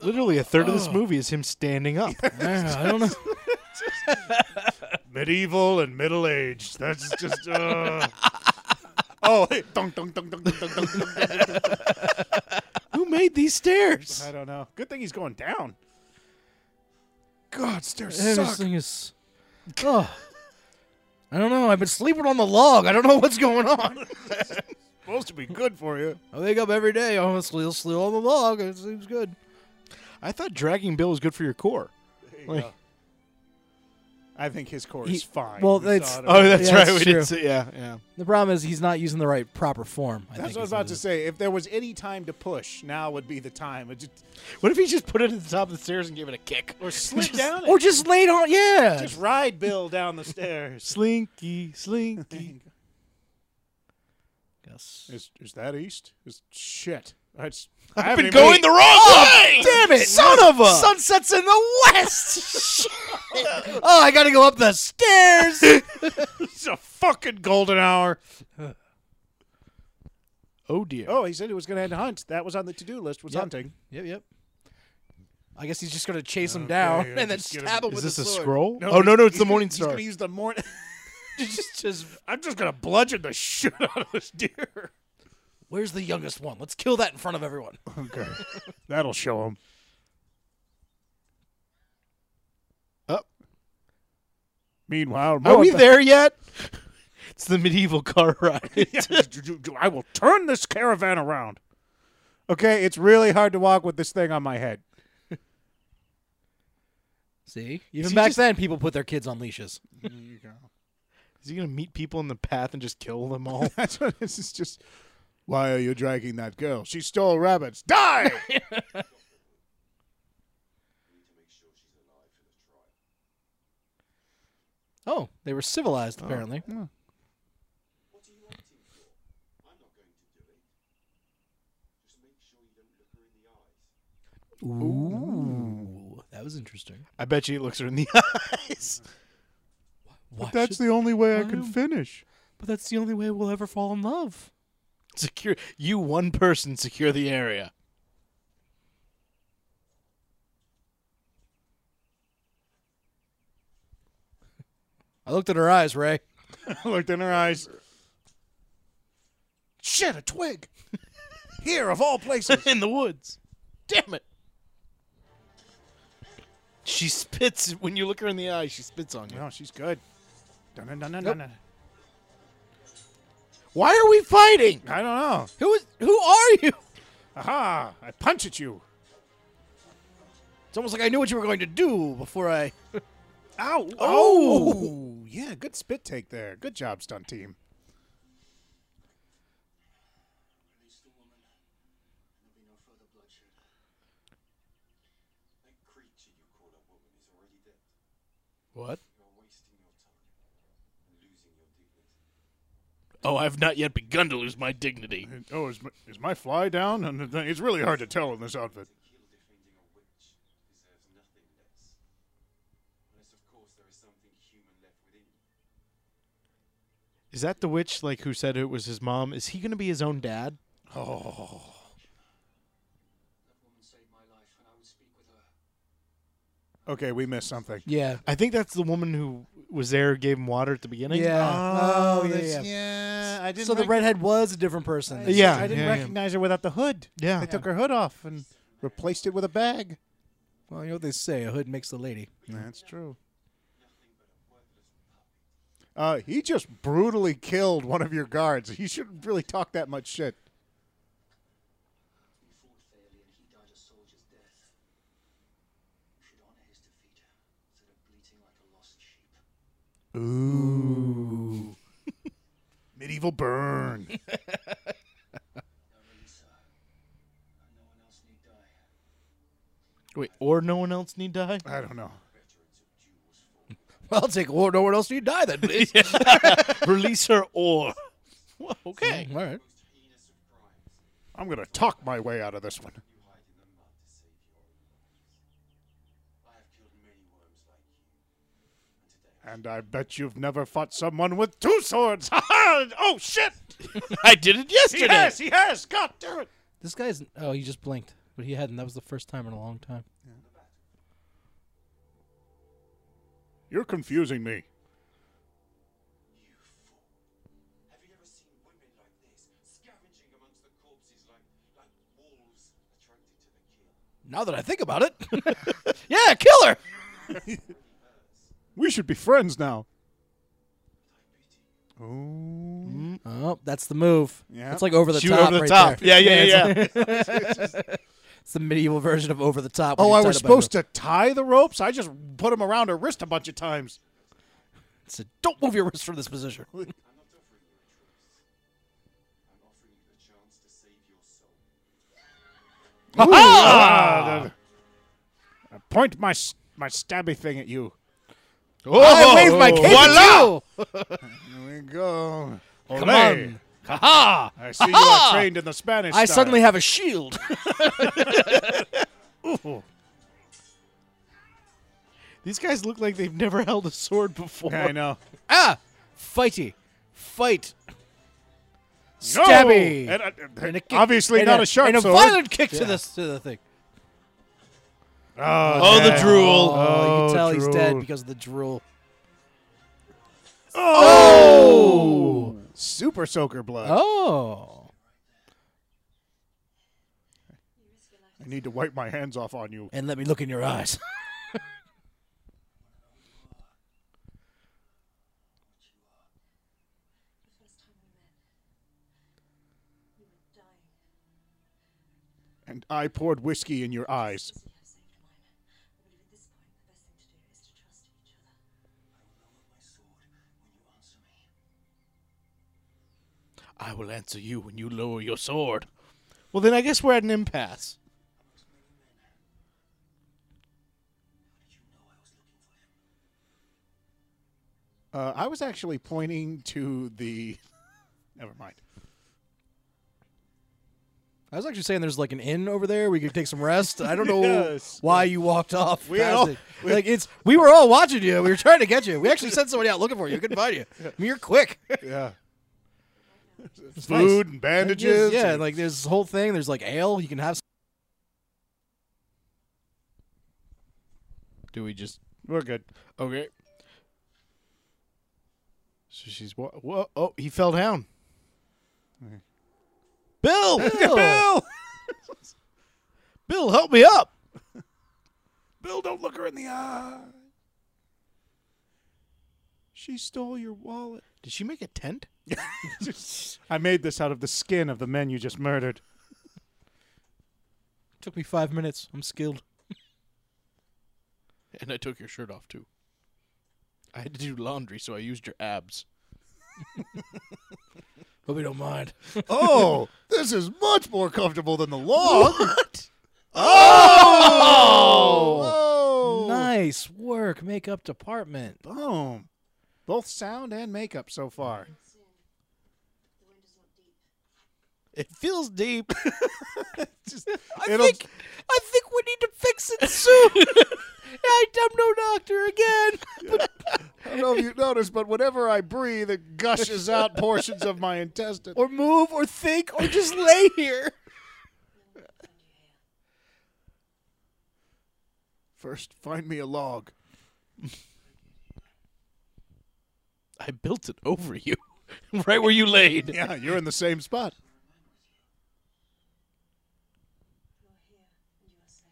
S2: Literally a third of this movie is him standing up.
S3: Yeah, I don't know.
S1: Medieval and middle aged. That's just. Uh... oh, hey, dunk, dunk, dunk, dunk, dunk, dunk, dunk, dunk, dunk, dunk.
S2: Who made these stairs?
S1: I don't know. Good thing he's going down.
S4: God, stairs suck.
S3: Everything is. Oh, I don't know. I've been sleeping on the log. I don't know what's going on.
S1: Supposed to be good for you.
S3: I wake up every day. Oh, sleep, sleep on the log. It seems good.
S2: I thought dragging Bill was good for your core. Like-
S1: I think his core
S3: He-
S1: is fine.
S3: well,
S1: We saw
S3: it's-
S1: it.
S2: Oh, that's
S3: Yeah,
S2: right.
S3: that's
S2: we did
S3: true.
S2: say, yeah, yeah.
S3: The problem is he's not using the right proper form. I
S1: That's
S3: think
S1: what I was
S3: is
S1: about
S3: it
S1: to
S3: is.
S1: say. If there was any time to push, now would be the time. It just-
S2: What if he just put it at the top of the stairs and gave it a kick?
S1: or slid down it.
S3: Or just laid on. Yeah.
S1: Just ride Bill down the stairs.
S2: Slinky, slinky.
S3: Yes.
S1: Is, is that east? Is shit. That's,
S2: I've been going the wrong way.
S3: Oh, Damn it!
S2: son of a.
S3: Sunset's in the west. Shit. oh, I gotta go up the stairs.
S1: It's a fucking golden hour.
S2: oh dear.
S1: Oh, he said he was going to head to hunt. That was on the to-do list. Was
S3: Yep.
S1: hunting.
S3: yep, yep. I guess he's just gonna chase him down
S1: yeah,
S3: and then
S1: just get him-
S3: stab him
S2: Is
S3: with
S2: this
S3: a
S2: a
S3: sword.
S2: scroll? oh no, no, it's the Morning
S1: He's going
S2: Star.
S1: to use the morning.
S3: just, just,
S1: I'm just going to bludgeon the shit out of this deer.
S3: where's the youngest one? Let's kill that in front of everyone.
S1: Okay, that'll show him.
S2: Up.
S1: Meanwhile,
S2: Are we
S1: Martha-
S2: there yet? Oh, it's the medieval car ride.
S1: I will turn this caravan around. Okay, it's really hard to walk with this thing on my head.
S3: See, even
S2: he
S3: back
S2: just-
S3: then, people put their kids on leashes.
S2: Is he gonna meet people in the path and just kill them all?
S1: That's what this is just. Why are you dragging that girl? She stole rabbits. Die!
S3: Oh, they were civilized apparently.
S5: What are you waiting for? I'm not going to do it. Just make sure you don't look her in the eyes.
S3: Ooh, that was interesting.
S2: I bet you he looks her in the eyes.
S3: Why
S4: That's
S3: should-
S4: the only way I
S3: I
S4: can
S3: am-
S4: finish.
S3: but that's the only way we'll ever fall in love.
S2: Secure you one person secure the area.
S3: I looked at her eyes, Ray.
S1: I looked in her eyes. Shit, a twig. Here, of all places.
S2: in the woods. Damn it. She spits when you look her in the eye. She spits on you.
S1: No, she's good. Dun, dun, dun, dun, dun, dun.
S2: Why are we fighting?
S1: I don't know.
S3: Who is? Who are you?
S1: Aha! I punch at you.
S3: It's almost like I knew what you were going to do before I.
S1: Ow! Oh! Yeah, good spit take there. Good job, stunt team.
S5: Release the woman, and there'll be no further bloodshed. That creature you call a woman is already dead.
S2: What?
S5: You're wasting your time and losing your dignity.
S2: Oh, I've not yet begun to lose my dignity.
S1: Oh, is my, is my fly down? And It's really hard to tell in this outfit.
S5: Kill defending a witch deserves nothing less. Unless, of course, there is something human left within you.
S2: Is that the witch like who said it was his mom? Is he going to be his own dad?
S5: That woman saved my life, and I will speak with her.
S1: Okay, we missed something.
S3: Yeah.
S2: I think that's the woman who was there gave him water at the beginning.
S3: Yeah. yeah, yeah.
S1: oh, I didn't.
S3: So the redhead was a different person.
S2: I- Yeah,
S1: I didn't
S2: yeah, yeah.
S1: recognize her without the hood.
S2: Yeah.
S1: they took her hood off and replaced it with a bag.
S3: Well, you know what they say: a hood makes the lady.
S1: That's true. Uh, he just brutally killed one of your guards. He shouldn't really talk that much shit.
S5: We fought fairly, and he died a soldier's death. You should honor his defeat instead of bleating like a lost sheep.
S1: Medieval burn.
S5: Now release her, and no one else need die.
S2: Wait, or no one else need die?
S1: I don't know.
S3: Well, I'll take or no one else. You die then, please.
S2: Release her or. Well, okay.
S3: All right.
S1: I'm gonna talk my way out of this one.
S5: You hide in the mud to save your own lives. I have killed many worms like you, and today
S1: And
S5: I
S1: I bet you've never fought someone with two swords. Ha ha! Oh shit!
S2: I did it
S1: He
S2: yesterday.
S1: has. He has. God damn it!
S3: This guy's. Oh, he just blinked. but he hadn't. That was the first time in a long time.
S1: You're confusing me.
S5: You fool. Have you ever seen women like this, scavenging amongst the corpses like, like wolves attracted to the kill?
S3: Now that I think about it, yeah, killer.
S1: We should be friends now.
S3: Oh, that's the move.
S1: Yeah.
S3: it's like over the
S2: Shoot
S3: top.
S2: over the
S3: right
S2: top.
S3: there.
S2: Yeah, yeah, yeah.
S3: it's- It's the medieval version of over the top.
S1: Oh, I was supposed to tie the ropes? I just put them around her wrist a bunch of times.
S3: to. Don't move your wrist from this position.
S5: I'm not offering you a truce. I'm offering you the chance to save your soul.
S1: I Uh, point my s- my stabby thing at you.
S2: Oh,
S3: I waved my cape at you.
S1: There we go.
S3: Come on.
S1: Ha I see you are trained in the Spanish.
S3: I
S1: style.
S3: suddenly have a shield.
S2: These guys look like they've never held a sword before.
S1: I know.
S3: ah, fighty, fight,
S1: No!
S3: stabby,
S1: And, uh,
S3: And a kick-
S1: obviously
S3: and
S1: not a, sharp
S3: and a
S1: sword.
S3: violent kick to this to the thing.
S1: Oh,
S2: Oh, the
S1: yeah.
S2: drool.
S3: Oh, you
S1: Oh,
S3: can tell he's dead
S1: drool.
S3: because of the drool.
S1: Super soaker blood.
S3: Oh,
S1: I need to wipe my hands off on you.
S3: and let me look in your eyes.
S6: The first time we met, you were dying.
S1: And I poured whiskey in your eyes.
S6: Easily have saved mine. I believe at this point, the best thing to do is to trust each other.
S2: I will answer you when you lower your sword. Well, then I guess we're at an impasse.
S1: Uh, I was actually pointing to the. Never mind.
S3: I was actually saying there's like an inn over there. We could take some rest. I don't know
S1: Yes.
S3: why you walked off.
S1: We had
S3: past
S1: all-
S3: it. like it's we were all watching you. We were trying to get you. We actually sent somebody out looking for you. We couldn't find you. I mean, you're quick.
S1: Yeah. Food
S3: nice.
S1: and bandages.
S3: Yeah,
S1: and-
S3: like there's this whole thing. There's like ale. You can have.
S2: Do we just
S1: we're good.
S2: okay? So she's wa- whoa! Oh, he fell down. Bill, Bill, Bill, help me up.
S1: Bill, don't look her in the eye. She stole your wallet.
S2: Did she make a tent?
S1: I made this out of the skin of the men you just murdered.
S3: Took me five minutes. I'm skilled.
S2: And I took your shirt off too. I had to do laundry, so I used your abs.
S3: Hope you don't mind.
S1: Oh, this is much more comfortable than the log. Oh!
S3: Nice work, makeup department.
S1: Boom. Both sound and makeup so far.
S6: Soon, the wound is not deep.
S2: It feels deep.
S3: I think I think we need to fix it soon. I, I'm no doctor again.
S1: I don't know if you noticed, but whenever I breathe, it gushes out portions of my intestine.
S3: or move or think or just lay here.
S1: First, find me a log.
S2: I built it over you, right where you laid.
S1: Yeah, you're in the same spot.
S6: You are here and you are safe.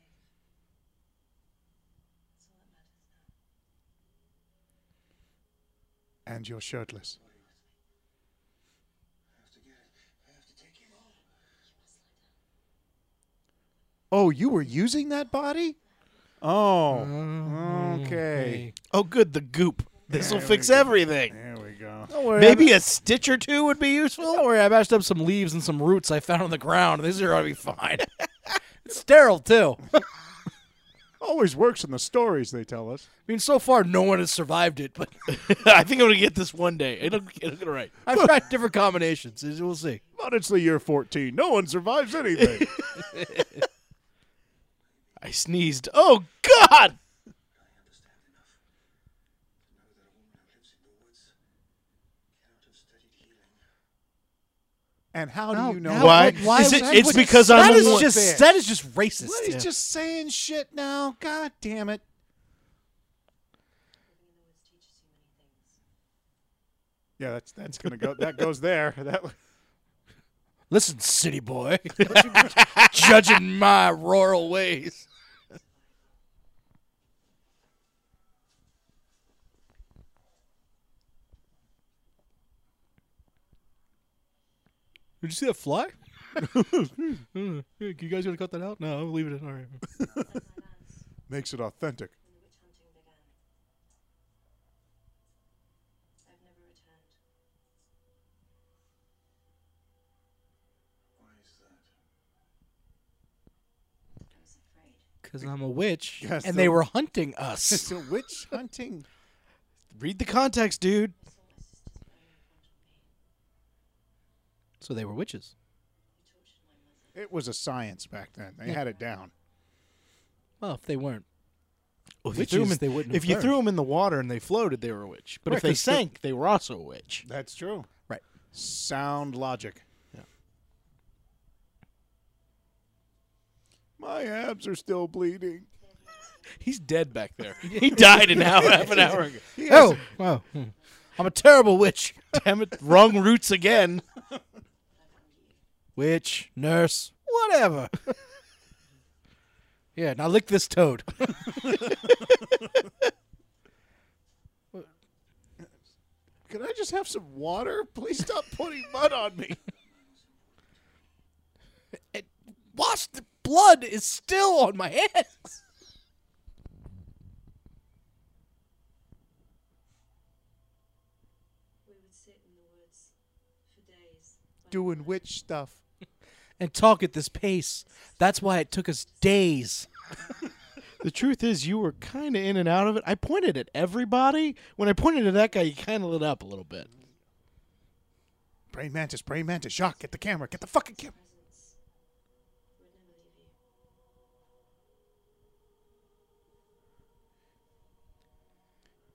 S6: That's all that matters now.
S1: And you're shirtless. Oh, you were using that body? Oh. Okay.
S2: Oh, good, the goop. This will fix everything.
S1: There we go.
S2: Maybe a stitch or two would be useful.
S3: Don't worry, I mashed up some leaves and some roots I found on the ground. These are gonna be fine. it's sterile too. I
S1: Always works in the stories they tell us.
S3: mean, so far no one has survived it, but
S2: I think I'm gonna get this one day. It'll, it'll get right.
S3: I've tried different combinations. as We'll see.
S1: But it's the year 14. No one survives anything.
S2: I sneezed. Oh God!
S1: And how do
S4: How-
S1: you know?
S4: how-
S1: Why?
S7: Why?
S4: what- why
S7: Is
S4: would
S7: it-
S4: I
S7: it's
S4: would-
S7: because I'm
S3: That
S7: the
S3: is
S7: one-
S3: just that is just racist.
S1: What,
S3: yeah.
S1: He's just saying shit now. God damn it.
S6: Living in the woods teaches you many things.
S1: Yeah, that's that's gonna go. That goes there. That
S3: Listen, city boy, don't you be judging my rural ways. Did you see that fly? Can you guys gonna cut that out? No, leave it in. All right.
S4: Makes it authentic.
S6: When the witch hunting began. I've never returned.
S5: Why is that?
S6: I was afraid.
S3: Because I'm a witch,
S1: Yes,
S3: and
S1: the-
S3: they were hunting us.
S1: it's a witch hunting.
S2: Read the context, dude.
S6: I saw my sisters burning in front of me.
S3: so they were witches.
S6: You tortured my mother.
S1: It was a science back then. They had it down.
S3: Well, if they weren't,
S2: Well, if you
S3: Witches,
S2: threw 'em in,
S3: they wouldn't
S2: if
S3: have
S2: you threw
S3: burned.
S2: them in the water and they floated, they were a witch. But
S3: Right,
S2: if they
S3: 'cause the-
S2: sank, they were also a witch.
S1: That's true.
S3: Right.
S1: Sound logic.
S2: Yeah.
S1: My abs are still bleeding.
S2: He's dead back there. he died an hour, half an hour ago.
S3: oh, wow, hmm. I'm a terrible witch.
S2: Damn it, wrong roots again.
S3: Witch, nurse, whatever. yeah, now lick this toad.
S1: Can I just have some water? Please stop putting mud on me.
S3: Wash the blood is still on my hands.
S6: We would sit in the woods for days. by
S1: Doing
S6: the fire.
S1: witch stuff.
S3: And talk at this pace. That's why it took us days.
S2: The truth is, you were kind of in and out of it. I pointed at everybody. When I pointed at that guy, he kind of lit up a little bit.
S1: Brain mantis, brain mantis. Jacques, get the camera. Get the fucking camera.
S6: Presence would never leave you.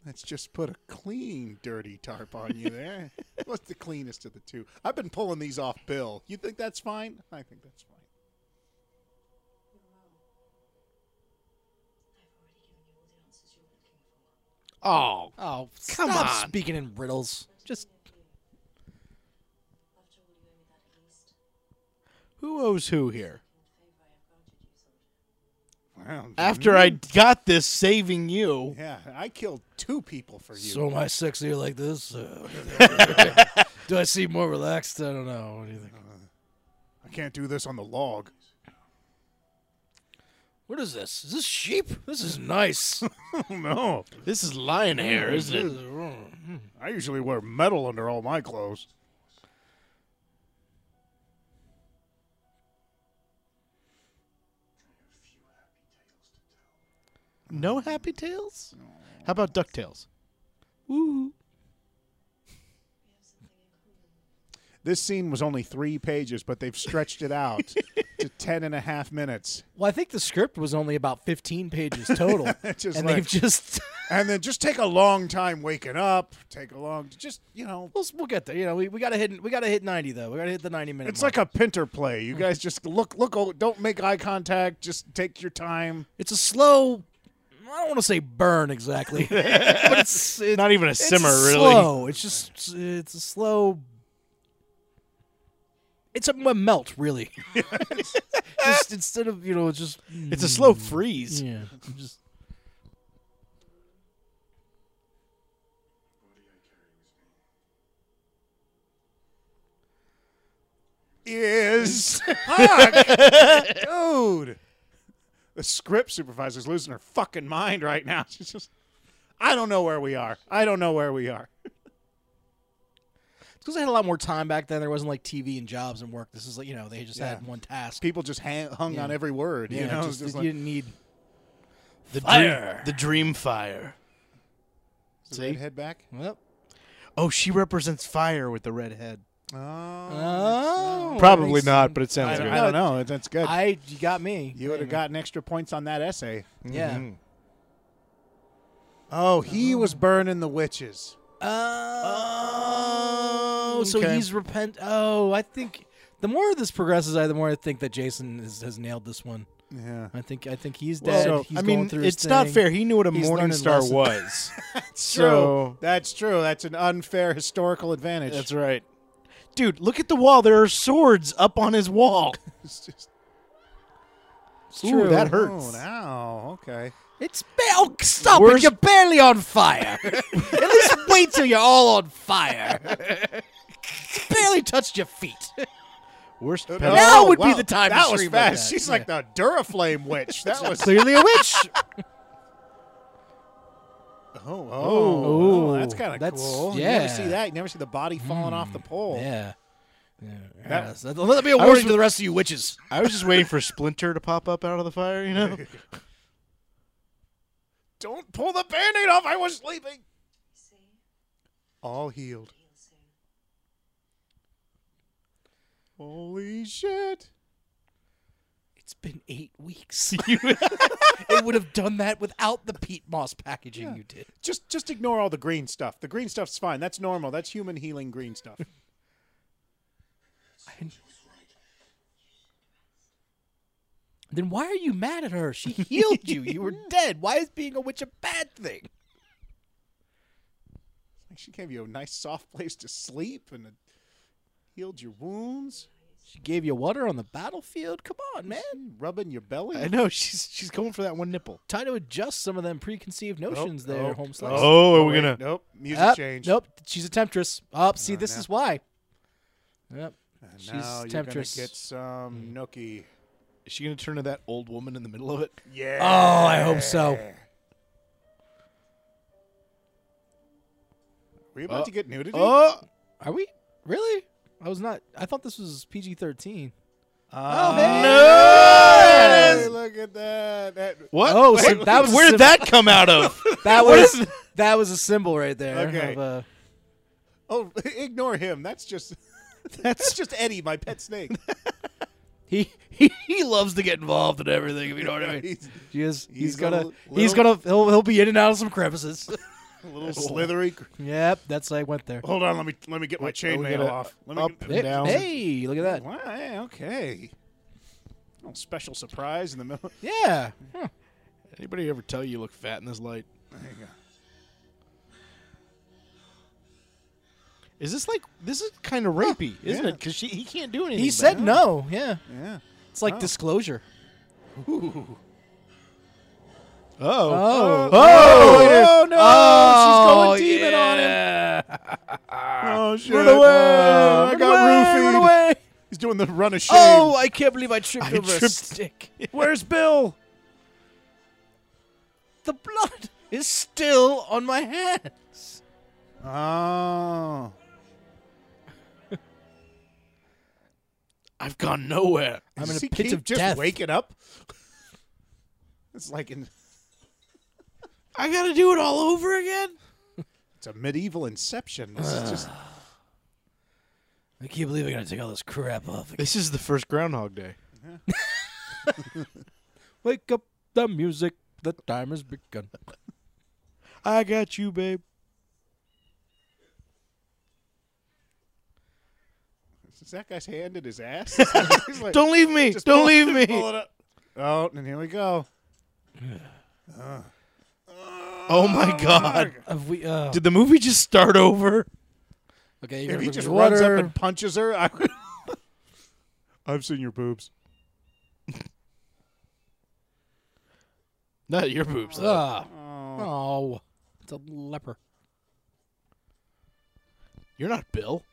S1: Let's just put a clean, dirty tarp on you there. What's the cleanest of the two? I've been pulling these off, Bill. You think that's fine? I think that's fine.
S6: You're wrong. I've already given you all the answers you're looking for.
S2: Oh,
S3: Oh,
S2: Come
S3: stop
S2: on.
S3: speaking in riddles. Just
S6: After all, you owe me that at least.
S2: who owes who here?
S6: In favor I
S1: Well,
S6: have granted you, soldier.
S2: After I got this saving you,
S1: yeah, I killed two people for you.
S3: so am I sexy like this? Uh, do I seem more relaxed? I don't know. What do you think?
S1: I can't do this on the log.
S3: What is this? Is this sheep? This is nice.
S1: no,
S2: this is lion hair, isn't it?
S1: I usually wear metal under all my clothes.
S2: No happy tales? How about DuckTales? Woo.
S1: This scene was only three pages, but they've stretched it out to ten and a half minutes.
S3: Well, I think the script was only about 15 pages total.
S1: Just
S3: and
S1: like-
S3: they've just.
S1: And then just take a long time waking up. Take a long, just you know,
S3: we'll, we'll get there. You know, we, we gotta hit we gotta hit 90 though. We gotta hit the 90 minute.
S1: it's like a pinter play.
S3: Mm.
S1: You guys just look, look, o- don't make eye contact. Just take your time.
S3: it's a slow. I don't want to say burn exactly, but it's, it's
S2: Not even a
S3: it's
S2: simmer, really.
S3: Slow. It's just it's a slow. It's a, a melt, really. just instead of you know, it's just mm,
S2: It's a slow freeze.
S3: yeah. Just
S1: Is Fuck! dude. The script supervisor's losing her fucking mind right now. She's just, I don't know where we are. I don't know where we are.
S3: because I had a lot more time back then. There wasn't like TV and jobs and work. This is like you know they just had
S1: Yeah.
S3: one task.
S1: People just hang, hung
S3: Yeah.
S1: on every word.
S3: Yeah,
S1: you know,
S3: just,
S1: It's just
S3: you
S1: like,
S3: didn't need.
S2: The
S3: Fire.
S2: dream, the dream fire. See?
S1: head back.
S3: Well,
S2: Oh, she represents fire with the red head.
S1: Oh,
S3: oh,
S2: Probably not, but it
S1: I,
S2: sounds
S1: don't,
S2: good.
S1: I don't know. That- That's good.
S3: I you got me.
S1: you would have gotten extra points on that essay.
S3: Yeah.
S2: Mm.
S1: Oh,
S3: Mm-hmm.
S1: he was burning the witches.
S3: Oh, so
S1: Okay.
S3: he's repent. Oh, I think The more this progresses, I the more I think that Jason is, has nailed this one.
S1: Yeah.
S3: I think I think he's
S2: Well,
S3: dead. he's
S2: I mean,
S3: going through his
S2: it's not
S3: thing.
S2: fair. He knew what a
S3: He's
S2: morning
S3: learning
S2: star
S3: lessons.
S2: was.
S1: True.
S2: so
S1: That's true. That's an unfair historical advantage.
S2: that's right. Dude, look at the wall. There are swords up on his wall.
S1: It's just-
S2: Ooh, that hurts.
S1: Oh, now, okay.
S3: It's ba- oh, stop it!
S2: Worst-
S3: You're barely on fire. At least wait till you're all on fire. It's barely touched your feet.
S2: Worst
S1: Oh,
S2: penalty.
S3: Now would be
S1: wow.
S3: the time to
S1: That was
S3: scream like
S1: fast.
S3: that.
S1: She's like the Duraflame witch. That was
S2: Clearly a witch.
S1: Oh, oh, oh, that's kind of
S3: that's-
S1: cool. You never
S3: yeah. Hmm.
S1: see that. You never see the body falling off the pole.
S3: Yeah.
S1: That-
S3: Yes, that- let that be a
S2: I
S3: warning
S2: was-
S3: to the rest of you witches.
S2: I was just waiting for Splinter to pop up out of the fire, you know?
S1: Don't pull the band-aid off. I was sleeping.
S6: See?
S1: All healed.
S6: Heal soon.
S1: Holy shit.
S3: It's been eight weeks. it would have done that without the peat moss packaging you did.
S1: Just just ignore all the green stuff. The green stuff's fine. That's normal. That's human healing green stuff.
S3: Then why are you mad at her? She healed you. You were dead. Why is being a witch a bad thing?
S1: Like, she gave you a nice soft place to sleep and it healed your wounds.
S3: She gave you water on the battlefield. Come on, man.
S1: Rubbing your belly.
S2: I know. She's she's going for that one nipple.
S3: Time to adjust some of them preconceived notions there,
S1: oh,
S3: home slice.
S2: Oh, are we
S1: wait,
S2: going to.
S1: Nope. Music
S3: Up,
S1: change.
S3: Nope. She's a temptress. Up. see, this
S1: no.
S3: is why. Yep.
S1: And
S3: She's
S1: now you're gonna
S3: temptress.
S1: get some nookie.
S2: Is she going to turn to that old woman in the middle of it?
S3: Oh,
S1: Yeah.
S3: I hope so.
S1: we about to get nudity?
S2: Oh!
S3: Are we really? I was not. I thought this was PG thirteen.
S2: Uh,
S3: hey.
S2: no!
S1: Hey, look at that. that
S2: What?
S3: Oh, so
S2: Wait,
S3: that was a
S2: where
S3: sim-
S2: did that come out of?
S3: That
S2: What
S3: was
S2: is-
S3: that was a symbol right there.
S1: Okay.
S3: of, uh,
S1: oh, ignore him. That's just that's just Eddie, my pet snake.
S3: he, he he loves to get involved in everything. If you know what I mean.
S1: He's
S3: He is, he's,
S1: he's a
S3: gonna
S1: little-
S3: he's gonna he'll he'll be in and out of some crevices.
S1: a little slithery. cr-
S3: yep, that's I went there.
S1: Hold on, let me let me get my chainmail off. Let me
S2: up
S1: get,
S3: Hey,
S2: and down.
S3: hey, look at that.
S1: Wow, hey, okay.
S3: Oh,
S1: Little special surprise in the middle.
S3: Yeah.
S2: Anybody ever tell you you look fat in this light?
S1: There you go.
S2: Is this like this is kind of rapey, isn't
S1: yeah.
S2: it? Because he can't do anything.
S3: He
S2: but-
S3: said no. Yeah.
S1: Yeah.
S3: It's like disclosure.
S2: Oh,
S3: Oh.
S1: Oh, no!
S3: Oh,
S1: she's going demon on him.
S3: yeah.
S1: Oh shit!
S3: Run away.
S1: Uh, I
S3: run
S1: got
S3: away, run
S1: roofied.
S3: away.
S1: He's doing the run of shame.
S3: Oh, I can't believe I tripped
S2: I
S3: over a
S2: tripped-
S3: stick.
S1: where's Bill?
S3: The blood is still on my hands.
S1: Oh.
S2: I've gone nowhere.
S3: I'm
S1: Does
S3: in a
S1: he
S3: pit
S1: keep
S3: of
S1: just
S3: death.
S1: waking up. it's like in
S2: I got to do it all over again.
S1: it's a medieval inception. This is just
S3: I can't believe I gotta take all this crap off.
S2: This is the first Groundhog Day.
S3: Wake up the music. The time has begun.
S2: I got you, babe.
S1: is that guy's hand in his ass. He's like,
S2: Don't leave me.
S1: just
S2: Don't
S1: pull it-
S2: leave me.
S1: pull it up. Oh, and here we go.
S2: Oh my God!
S3: Have we? Uh,
S2: Did the movie just start over?
S3: okay, you're
S1: If he
S3: gonna
S1: just
S3: bring me
S1: runs up
S3: water.
S1: and punches her, I would.
S4: I've seen your boobs.
S2: Not your boobs. though.
S3: Ah. Oh. it's a leper.
S2: You're not Bill.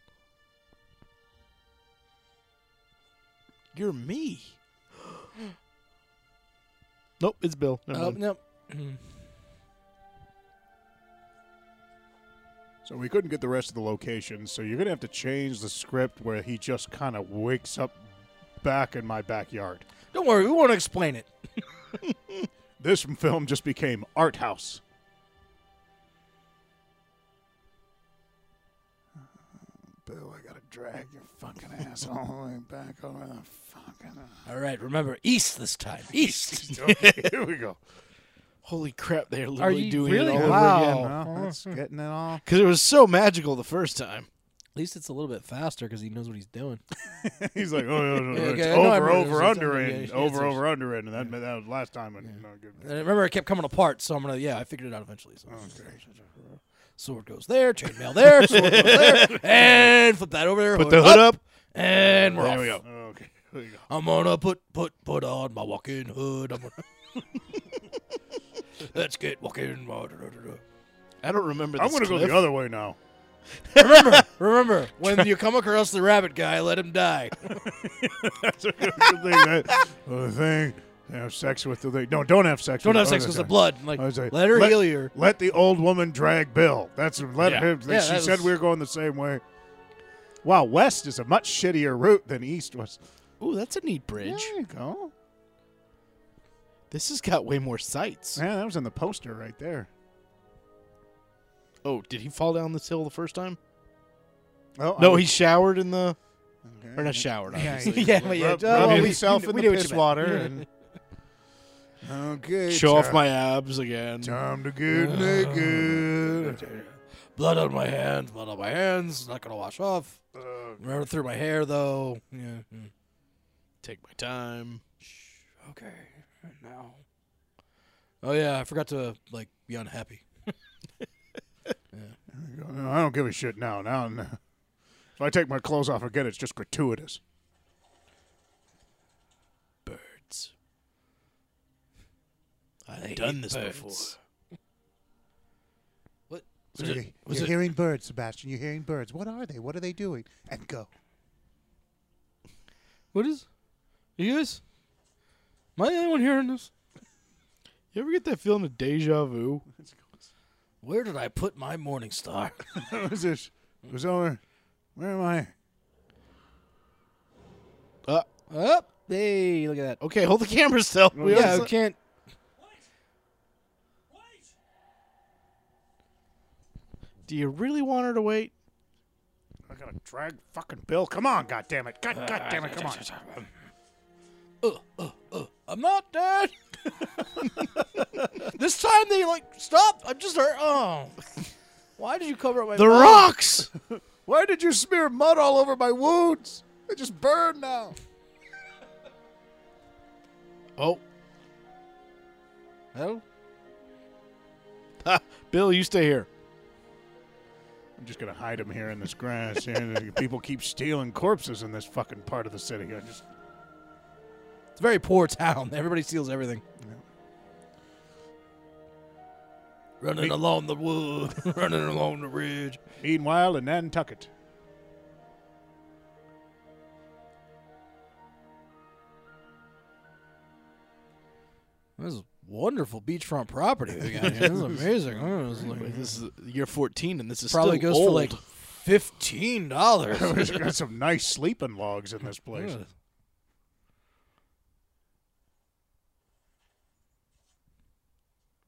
S2: You're me. nope, it's Bill. Never
S3: Oh
S2: mind.
S3: no.
S1: So we couldn't get the rest of the locations, so you're gonna have to change the script where he just kind of wakes up back in my backyard.
S3: Don't worry, we won't explain it.
S1: This film just became art house. Bill, I gotta drag your fucking ass all the way back over the fucking.
S3: All right, remember east this time. East.
S1: Okay, here we go.
S2: Holy crap! They're literally
S3: you
S2: doing
S3: really?
S2: it all
S3: Wow.
S2: over again.
S1: Well, that's getting it all.
S2: Because it was so magical the first time.
S3: least it's a little bit faster because he knows what he's doing.
S1: He's like, oh, no, no, no,
S3: Yeah,
S1: it's
S3: okay, I know I
S1: over, over,
S3: remember this.
S1: under,
S3: Yeah,
S1: and
S3: yeah,
S1: over,
S3: it's-
S1: over, under, and that that was last time. And not good.
S3: And I remember it kept coming apart, so I'm gonna yeah, I figured it out eventually. So sword goes there, chainmail there, sword goes there, and flip that over there.
S2: Put the hood up.
S3: and we're
S1: There
S3: off.
S1: we go. Okay. There you go.
S3: I'm gonna put put put on my walking hood. I'm gonna Let's get walking.
S2: I don't remember. This
S1: I'm gonna go
S2: clip.
S1: the other way now.
S3: Remember, remember when you come across the rabbit guy, let him die.
S1: That's a good thing. That, the thing. Have sex with the thing. No, don't have sex.
S3: Don't
S1: with
S3: have sex because
S1: other
S3: the
S1: thing.
S3: blood. Like
S1: I was like,
S3: let her heal you.
S1: Let the old woman drag Bill. That's let
S2: Yeah.
S1: him.
S3: Yeah,
S1: she
S3: that
S1: said
S3: was-
S1: we were going the same way. Wow, west is a much shittier route than east was.
S2: Ooh, that's a neat bridge.
S1: There you go.
S2: This has got way more sights.
S1: Yeah, that was in the poster right there.
S2: Oh, did he fall down this hill the first time?
S1: Oh, I
S2: No,
S1: was-
S2: he showered in the
S1: Okay.
S2: or not showered. Obviously.
S3: yeah, well, yeah.
S1: Rub,
S3: oh,
S1: rub
S3: well, we-
S1: himself in
S3: we
S1: the
S3: knew what you
S1: piss
S3: meant.
S1: water. and- okay.
S2: Show off
S1: ti-
S2: my abs again.
S1: Time to get naked.
S3: Blood on my hands, blood on my hands. Not gonna wash off.
S1: Uh,
S3: Run it through my hair though. Yeah. mm.
S2: Take my time.
S3: Okay. Now. Oh yeah, I forgot to like be unhappy.
S1: no, I don't give a shit now. Now, no. if I take my clothes off again, it's just gratuitous.
S3: Birds.
S2: I've done this before.
S3: What was it? Was
S4: You're
S3: it
S4: hearing birds, Sebastian. You're hearing birds. What are they? What are they doing? And go.
S3: what is? You guys? Am I the only one hearing this?
S2: You ever get that feeling of deja vu?
S3: Where did I put my morning star?
S1: What is this? It was over. Where am I?
S2: Uh,
S3: Up. Hey, look at that.
S2: okay, hold the camera still. We
S3: yeah,
S2: also-
S3: I can't.
S2: Do you really want her to wait?
S1: I gotta drag fucking Bill. Come on, goddammit. God,
S3: Uh,
S1: goddammit, come on.
S3: I'm not dead. this time they like stop. I'm just hurt. Oh, why did you cover up my?
S2: The rocks.
S1: Why did you smear mud all over my wounds? They just burn now.
S2: oh,
S3: Well,
S2: Ha, Bill, you stay here.
S1: I'm just gonna hide him here in this grass. Here. People keep stealing corpses in this fucking part of the city. I just
S3: it's a very poor town. Everybody steals everything. Running along the wood, running along the ridge.
S1: Meanwhile, in Nantucket.
S3: This is wonderful beachfront property we got here. This is amazing. I was like-
S2: Wait, this is year 14, and this is
S3: probably
S2: still
S3: goes
S2: old.
S3: for like fifteen dollars.
S1: There's got some nice sleeping logs in this place.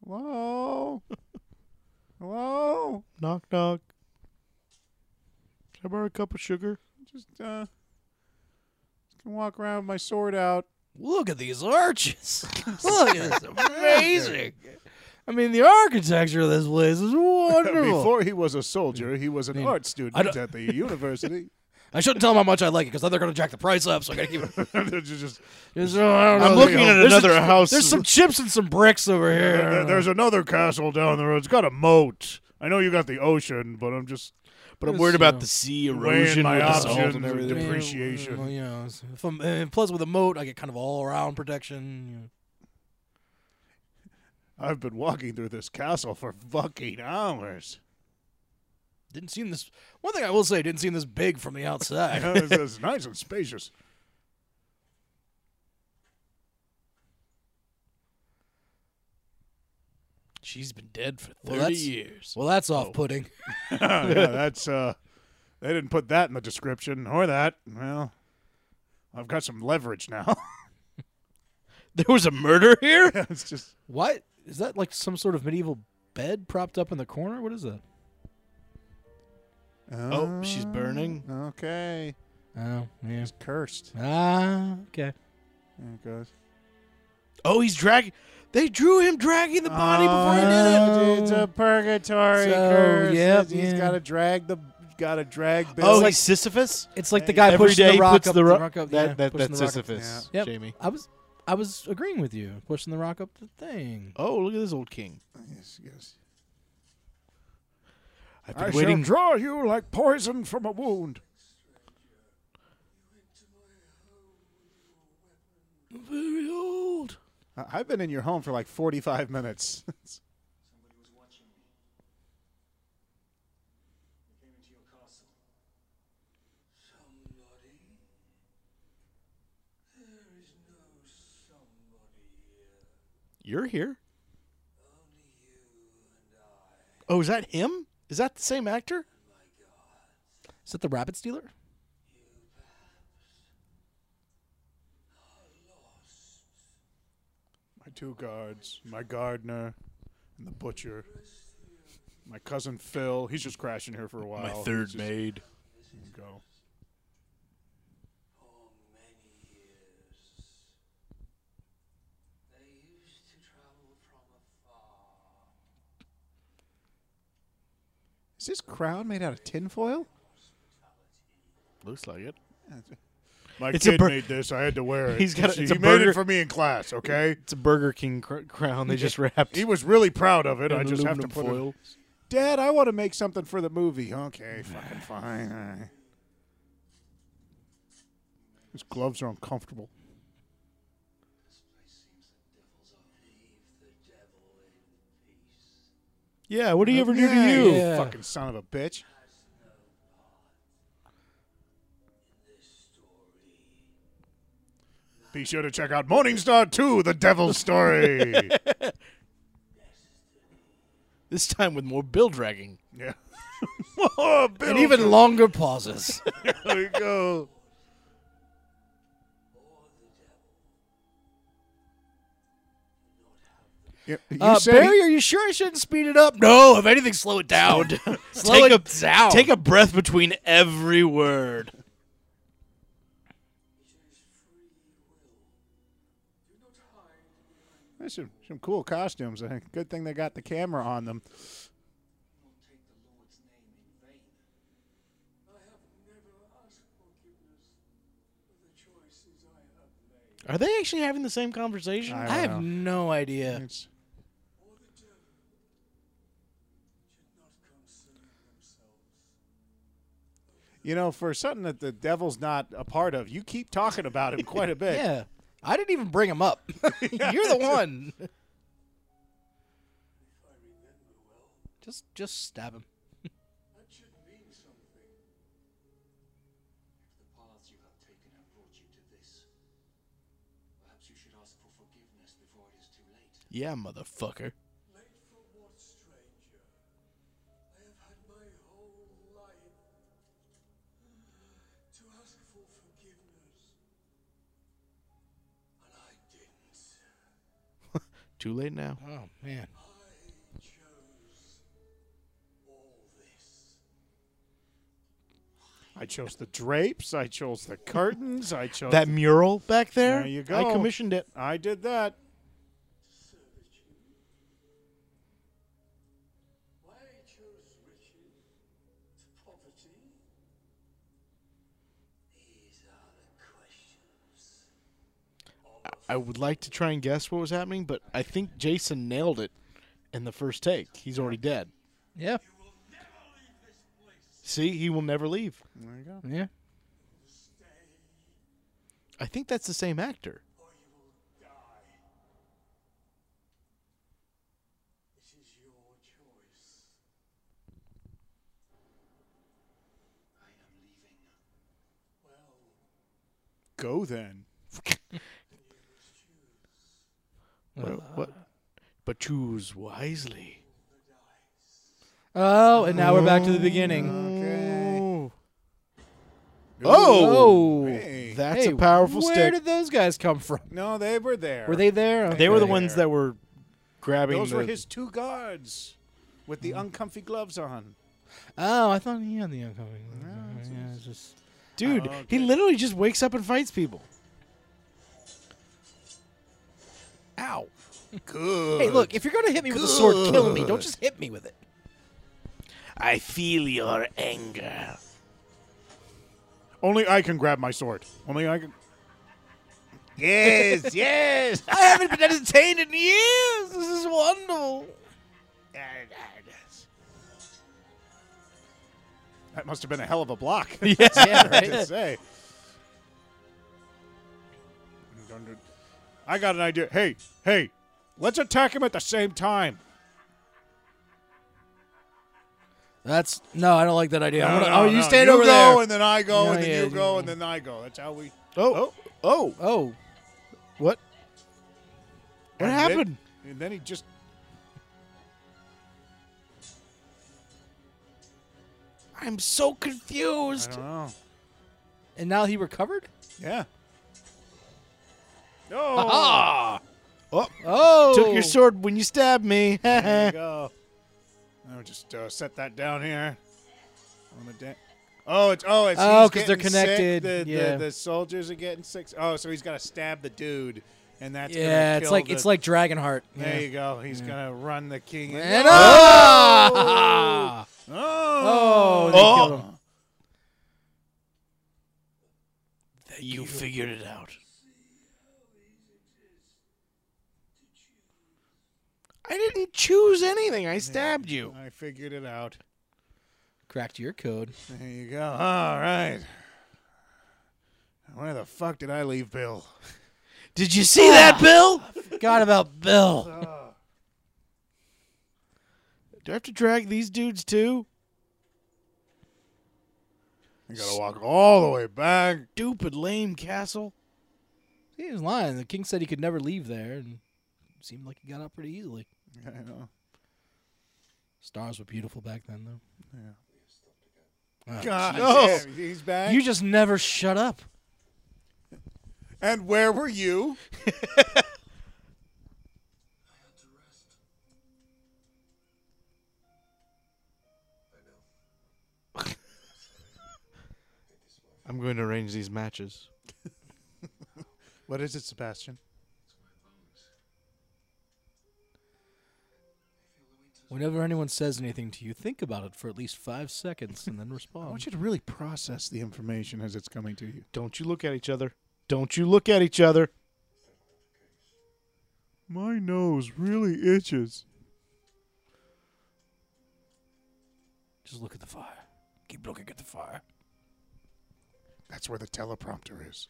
S1: Hello? Hello?
S2: knock knock. Can I borrow a cup of sugar?
S1: Just, uh, just gonna walk around with my sword out.
S3: Look at these arches. Look at this. Amazing. I mean, the architecture of this place is wonderful.
S1: Before he was a soldier, he was an art
S3: I
S1: student
S3: don't-
S1: at the university.
S3: I shouldn't tell them how much I like it because then they're going to jack the price up. So I got to keep it.
S1: There's just-
S3: It's- oh, I don't
S2: I'm
S3: know.
S2: looking
S3: There's
S2: at
S3: a-
S2: another house.
S3: There's some chips and some bricks over
S1: there-
S2: Uh,
S3: here.
S1: there's another castle down the road. It's got a moat. I know you got the ocean, but I'm just
S2: but I'm
S3: Yes,
S2: worried
S3: uh,
S2: about the sea erosion
S1: my
S2: with the salt
S1: options and
S2: and everything.
S1: debris. appreciation.
S3: Well, you know, it's- if I'm- and plus with a moat, I get kind of all around protection. you know.
S1: I've been walking through this castle for fucking hours.
S3: Didn't seem this. One thing I will say, didn't seem this big from the outside.
S1: Yeah, it's, it's nice and spacious.
S2: She's been dead for 30
S3: Well, that's-
S2: years.
S3: well, that's off-putting.
S1: Oh, yeah, that's uh they didn't put that in the description or that. Well, I've got some leverage now.
S2: There was a murder here?
S1: it's just
S3: What is that? Like some sort of medieval bed propped up in the corner? What is that?
S2: Oh, she's burning.
S1: uh, Okay.
S3: Oh, yeah.
S1: It's cursed.
S3: Ah, okay.
S1: There it goes.
S2: Oh, he's dragging. They drew him dragging the body before he did it.
S1: It's Oh, a purgatory
S3: So,
S1: curse.
S3: yep,
S1: He's
S3: yeah.
S1: got to drag the got a drag belt.
S3: Oh,
S2: it's like
S3: like-
S2: Sisyphus.
S3: It's like the guy
S2: Every
S3: pushing
S2: day
S3: the rock
S2: puts
S3: up
S2: the
S3: the,
S2: ro-
S3: rock up.
S2: that-
S3: yeah,
S2: that-
S3: pushing
S2: that's
S3: the rock up.
S2: Sisyphus,
S3: Yep.
S2: Jamie.
S3: I was, I was agreeing with you, pushing the rock up the thing.
S2: Oh, look at this old king.
S1: yes, yes.
S2: I've been
S1: I shall
S2: waiting.
S1: draw you like poison from a wound.
S3: Very old.
S1: I- I've been in your home for like 45 minutes.
S5: Somebody was watching me. They came into your castle. Somebody? There is no somebody here.
S2: You're here. Oh, is that him? Is that the same actor?
S3: Is that the rabbit stealer?
S1: my two guards, my gardener, and the butcher. My cousin Phil, he's just crashing here for a while. He's just-
S2: maid.
S1: Go.
S5: For many years, they used to travel from afar.
S1: Is this crown made out of tinfoil?
S2: Looks like it.
S1: My
S2: It's a
S1: kid
S2: bur-
S1: made this. I had to wear it.
S2: He's got a-
S1: He
S2: it's a
S1: made
S2: burger-
S1: it for me in class. Okay.
S2: It's a Burger King cr- crown they just wrapped.
S1: He was really proud of it.
S2: in
S1: I just have to
S2: aluminum
S1: put it.
S2: foil.
S1: Dad, I want to make something for the movie. Okay, fucking fine. All right. His gloves are uncomfortable.
S2: Yeah, what do you ever do to
S1: Yeah,
S2: you?
S3: yeah.
S1: fucking son of a bitch? Be sure to check out Morningstar 2, The Devil's Story.
S2: This time with more bill dragging.
S1: yeah. oh,
S3: And
S1: Bill,
S3: even longer pauses.
S1: there we go. You, you
S3: uh,
S1: said he-
S3: Barry, are you sure I shouldn't speed it up? No, if anything, slow it down. slow
S2: Take
S3: it
S2: a-
S3: down.
S2: Take a breath between every word.
S1: There's some, some cool costumes. Uh, Good thing they got the camera on them.
S5: Don't take the Lord's name in vain. I have never asked forgiveness for the choices I have made.
S2: Are they actually having the same conversation?
S1: I
S3: I
S1: don't
S3: have
S1: know.
S3: no idea.
S1: It's-
S5: or the devil should not concern themselves.
S1: you know, for something that the devil's not a part of, you keep talking about him quite a bit.
S3: Yeah, I didn't even bring him up. You're the one. Just, just stab him.
S5: That should mean something. If the paths you have taken have brought you to this, perhaps you should ask for forgiveness before it is too late.
S2: Yeah, motherfucker.
S5: Late for what, stranger? I have had my whole life to ask for forgiveness. And I didn't.
S2: Too late now.
S3: Oh man.
S5: I chose all this.
S1: I chose the drapes. I chose the curtains. I chose
S2: That mural back there?
S1: There you
S2: I
S1: go.
S2: commissioned it.
S1: I did that.
S5: servitude. Why I chose riches to poverty? These are the questions.
S2: I would like to try and guess what was happening, but I think Jason nailed it in the first take. He's already dead.
S3: Yeah.
S2: See, he will never leave.
S1: There you go.
S3: Yeah.
S2: I think that's the same actor.
S5: It is your choice. I am leaving. Well,
S1: Go then.
S2: What, what? But choose wisely.
S3: Oh, and now we're back to the beginning.
S1: Okay.
S2: Oh,
S3: Oh.
S1: Hey.
S2: that's
S3: Hey,
S2: a powerful
S3: where
S2: stick.
S3: did those guys come from?
S1: No, they were there.
S3: Were they there? Okay.
S2: they were the
S1: there?
S2: ones that were grabbing
S1: Those
S2: the.
S1: were his two guards with the uncomfy gloves on.
S3: Oh, I thought he had the oncoming. yeah, it's just
S2: Dude,
S3: Oh,
S2: he literally just wakes up and fights people.
S3: ow.
S1: Good.
S3: Hey, look, if you're gonna hit me with a sword, kill me. Don't just hit me with it.
S7: I feel your anger.
S1: Only I can grab my sword. Only I can. Yes, yes.
S7: I haven't been entertained in years. This is wonderful.
S1: That must have been a hell of a block.
S7: Yeah,
S1: I have to say. I got an idea. Hey, hey, let's attack him at the same time.
S3: That's no, I don't like that idea. I'm
S1: No,
S3: gonna-
S1: no,
S3: oh, you
S1: no.
S3: stayed
S1: you
S3: over
S1: go,
S3: there.
S1: and then I go,
S3: No,
S1: and then
S3: yeah,
S1: you
S3: you-
S1: go, and then I go. That's how we.
S2: Oh, oh, oh.
S3: oh,
S2: What? What
S1: and
S2: happened?
S1: Then, and then he just.
S7: I'm so
S1: I
S7: confused.
S1: don't know.
S3: and now he recovered.
S1: Yeah. Ah. No.
S3: Oh,
S2: Took your sword when you stabbed me.
S1: There you go. I'll just uh, set that down here on the deck. Oh, it's oh, it's
S3: Oh,
S1: he's
S3: 'cause they're
S1: getting sick.
S3: connected.
S1: The, the-
S3: Yeah.
S1: the, soldiers are getting sick. Oh, so he's got to stab the dude, and that's gonna
S3: Yeah, it's
S1: kill
S3: like
S1: the-
S3: it's like Dragonheart.
S1: There
S3: Yeah.
S1: you go. He's gonna run the king.
S3: And
S1: oh!
S3: ah!
S1: Oh!
S3: Oh, they killed him.
S7: You figured it out.
S2: I didn't choose anything. I stabbed you.
S1: I figured it out.
S3: Cracked your code.
S1: There you go. All right. Where the fuck did I leave Bill?
S2: Did you see that, Bill?
S3: Forgot about Bill.
S2: Do I have to drag these dudes too?
S1: I gotta walk all the way back.
S2: Stupid lame castle.
S3: He was lying. The king said he could never leave there, and it seemed like he got out pretty easily.
S1: I know.
S3: Stars were beautiful back then, though.
S1: God, damn, he's back.
S3: You just never shut up.
S1: and where were you?
S2: I'm going to arrange these matches.
S1: What is it, Sebastian?
S3: Whenever anyone says anything to you, think about it for at least five seconds and then respond.
S1: I want you to really process the information as it's coming to you.
S2: Don't you look at each other. Don't you look at each other.
S4: My nose really itches.
S3: Just look at the fire. Keep looking at the fire.
S1: That's where the teleprompter is.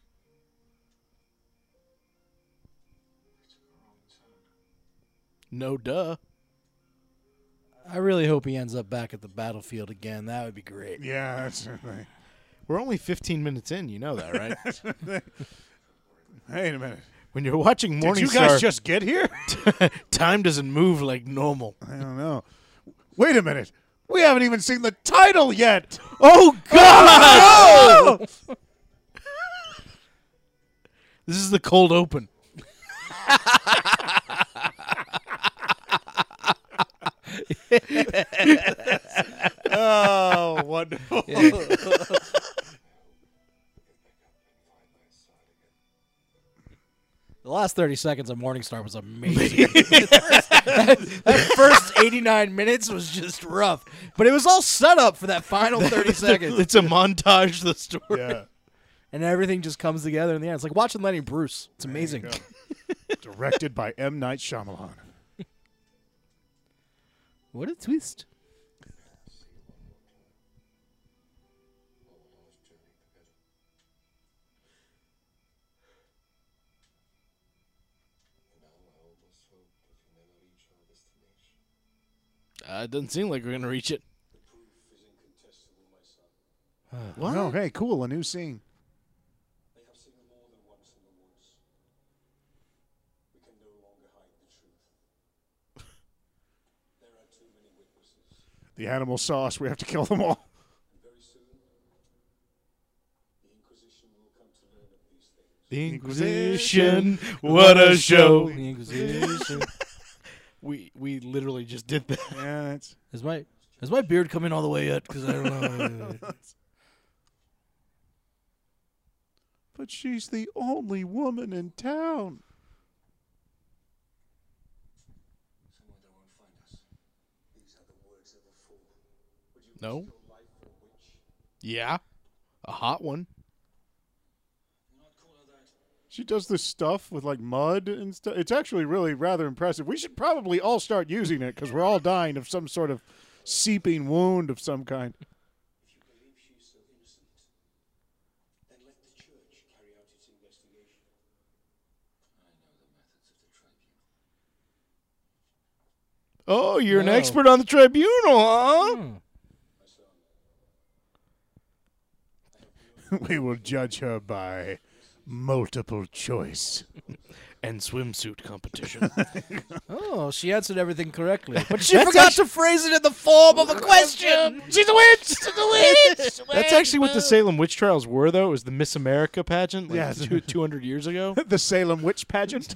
S2: No duh.
S3: I really hope he ends up back at the battlefield again. That would be great.
S1: Yeah, that's the thing.
S2: We're only 15 minutes in. You know that, right?
S1: Wait a minute.
S2: when you're watching
S1: Did
S2: Morning
S1: you guys just get here?
S2: time doesn't move like normal.
S1: I don't know. Wait a minute. We haven't even seen the title yet.
S2: Oh God! this is the cold open.
S1: Oh, wonderful.
S3: The last 30 seconds of Morningstar was amazing. that, that first 89 minutes was just rough, but it was all set up for that final 30 seconds.
S2: It's a montage. The story.
S1: yeah.
S3: And everything just comes together in the end. It's like watching Lenny Bruce. It's amazing.
S1: Directed by M. Night Shyamalan.
S3: What a twist.
S2: Uh, it doesn't seem like we're gonna reach it. What?
S1: Oh, hey, cool. A new scene.
S5: They have seen them more than once in the woods. We can no longer hide the truth. there are too many witnesses,
S1: The animal sauce. We have to kill them all.
S5: and very soon, the Inquisition will come to learn of these things.
S2: The
S1: Inquisition,
S2: Inquisition. What a show.
S3: The Inquisition.
S2: We we literally just did that.
S1: Yeah, it's.
S3: Is my has my beard come in all the way yet? Because I don't know.
S4: But she's the only woman in town.
S5: Someone they won't find us. These are the words of the fool.
S2: No. Yeah. A hot one.
S4: She does this stuff with like mud and stuff. It's actually really rather impressive. We should probably all start using it because we're all dying of some sort of seeping wound of some kind.
S5: If you believe she is so innocent, then let the church carry out its investigation. I know the methods of the tribunal.
S2: Oh, you're
S3: No.
S2: an expert on the tribunal, huh?
S1: we will judge her by multiple choice.
S2: And swimsuit competition.
S3: Oh, she answered everything correctly. But
S2: she forgot to phrase it in the form of a question.
S7: She's a witch! She's a witch!
S2: That's actually what the Salem witch trials were, though. It was the Miss America pageant, like
S1: Yeah.
S2: two, 200 years ago.
S1: the Salem witch pageant.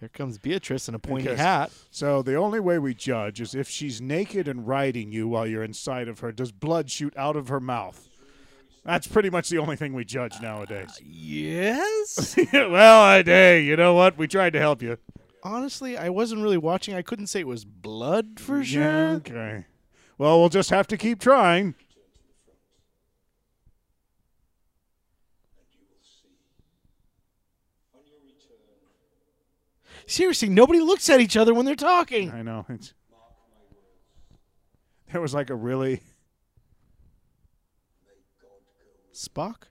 S2: Here comes Beatrice in a pointy
S1: Because-
S2: hat.
S1: so the only way we judge is if she's naked and riding you while you're inside of her. Does blood shoot out of her mouth? That's pretty much the only thing we judge nowadays.
S2: Yes.
S1: Uh, well, I hey, you know what? We tried to help you.
S2: Honestly, I wasn't really watching. I couldn't say it was blood for sure.
S1: Yeah, okay. Well, we'll just have to keep trying.
S2: Seriously, nobody looks at each other when they're talking.
S1: I know. It's, there was like a really.
S2: Spock?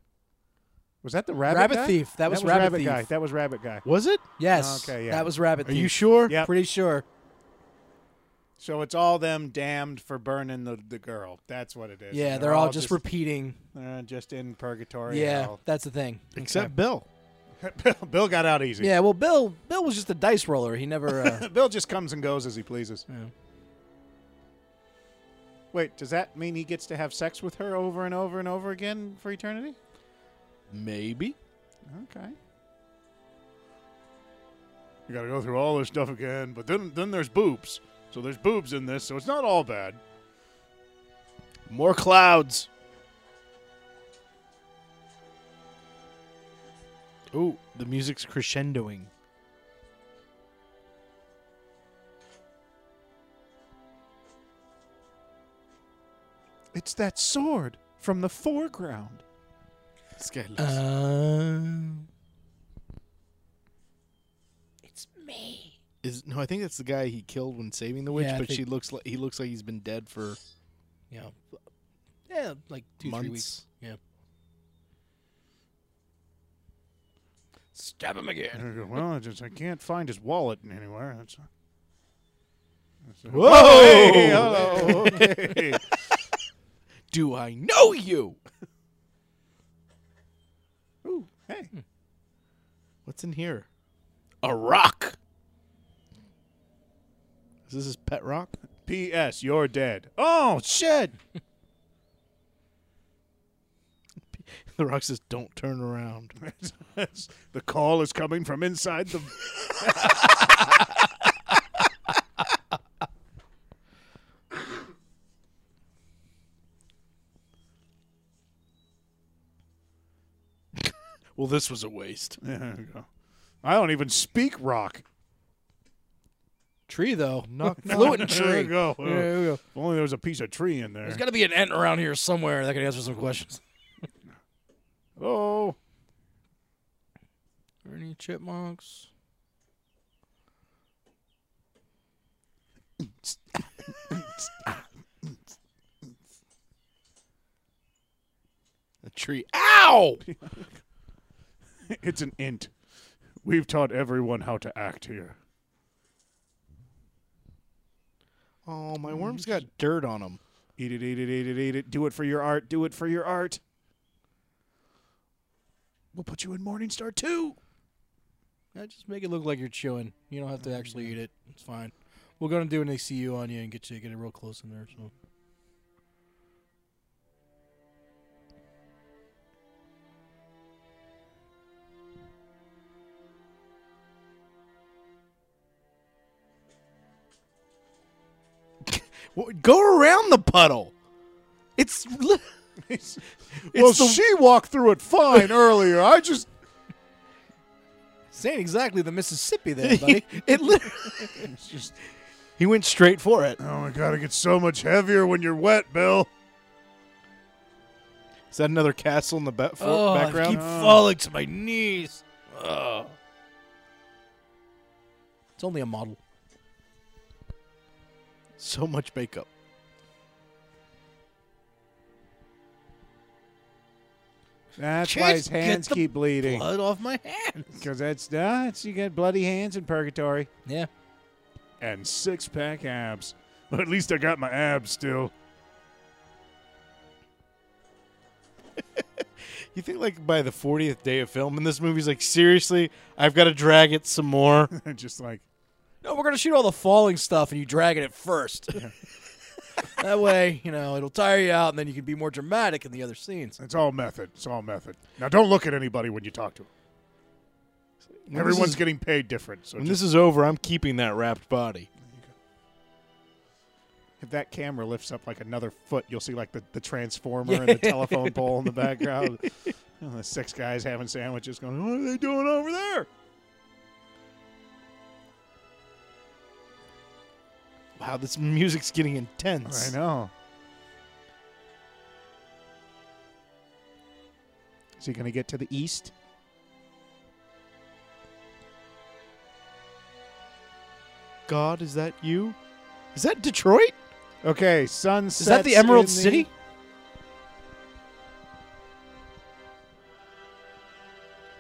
S1: Was that the rabbit?
S3: Rabbit
S1: guy?
S3: thief. That was rabbit thief.
S1: guy. That was rabbit guy.
S2: Was it?
S3: yes,
S1: Okay, yeah.
S3: that was rabbit.
S2: Are you
S3: Thief.
S2: sure?
S1: Yeah.
S3: Pretty sure.
S1: So it's all them damned for burning the, the girl. That's what it is.
S3: Yeah,
S1: And
S3: they're, all, just, repeating.
S1: they're uh, just in purgatory.
S3: Yeah,
S1: and all.
S3: that's the thing.
S2: Except Bill.
S1: Bill, Bill got out easy.
S3: Yeah, well, Bill Bill was just a dice roller. He never. Uh,
S1: Bill just comes and goes as he pleases. Wait, does that mean he gets to have sex with her over and over and over again for eternity?
S2: Maybe.
S1: Okay. You got to go through all this stuff again, but then then there's boobs. So there's boobs in this, so it's not all bad.
S2: More clouds. Ooh, the music's crescendoing.
S1: It's that sword from the foreground.
S2: This guy looks.
S3: uh,
S2: Is no, I think that's the guy he killed when saving the witch.
S3: Yeah, I
S2: but she
S3: think-
S2: looks like he looks like he's been dead for
S3: yeah, yeah, like two three
S2: months.
S3: weeks. Yeah.
S7: Stab him again.
S1: well, I just I can't find his wallet anywhere. That's.
S2: Whoa!
S1: Hey, hello. Okay.
S2: Do I know you?
S1: Ooh, hey.
S2: What's in here? A rock. Is this his pet rock?
S1: P.S. You're dead. Oh shit!
S2: The rock says, "Don't turn around."
S1: the call is coming from inside the.
S2: well, this was a waste.
S1: There we go. I don't even speak rock.
S3: Tree though,
S2: Knock, knock.
S3: fluent
S1: There
S3: tree.
S1: we go.
S3: There we go.
S1: If only there was a piece of tree in there.
S7: There's gotta be an ant around here somewhere that could answer some questions.
S1: Oh,
S7: Are any chipmunks?
S2: A tree. Ow!
S1: it's an int. We've taught everyone how to act here.
S2: Oh, my worm's got dirt on him.
S1: Eat it, eat it, eat it, eat it. Do it for your art. Do it for your art. We'll put you in Morningstar too.
S3: Yeah, just make it look like you're chewing. You don't have to actually eat it. It's fine. We're gonna do an ACU on you and get you get it real close in there. So
S2: Wha- Go around the puddle. It's. li-
S1: well,
S2: the-
S1: she walked through it fine earlier. I just
S3: saying exactly the Mississippi there, buddy.
S2: it li- He went straight for it.
S1: Oh my god, it gets so much heavier when you're wet, Bill.
S2: Is that another castle in the ba- for-
S3: oh, I
S2: background?
S3: keep falling to my knees. Ugh. It's only a model.
S2: So much makeup.
S8: That's
S3: Just
S8: why his
S3: get
S8: hands
S3: the
S8: keep bleeding.
S3: Blood off my hands.
S8: Because that's that's you got bloody hands in purgatory
S3: Yeah.
S8: and six pack abs.
S1: Well, at least I got my abs still.
S2: You think like by the 40th day of film, and this movie's like, seriously, I've got to drag it some more.
S1: Just like
S3: No, we're gonna shoot all the falling stuff, and you dragging it first. that way, you know, it'll tire you out, and then you can be more dramatic in the other scenes.
S1: it's all method. It's all method. Now don't look at anybody when you talk to them.
S2: When this
S1: Everyone's
S2: is-
S1: getting paid different. So
S2: When
S1: just,
S2: this is over, I'm keeping that wrapped body.
S1: if that camera lifts up like another foot, you'll see like the, the transformer and the telephone pole in the background. And the six guys having sandwiches going, What are they doing over there?
S2: Wow, this music's getting intense.
S1: I know. Is he going to get to the east?
S2: God, is that you? Is that Detroit?
S1: Okay, sunset.
S2: Is that the Emerald
S1: the,
S2: City?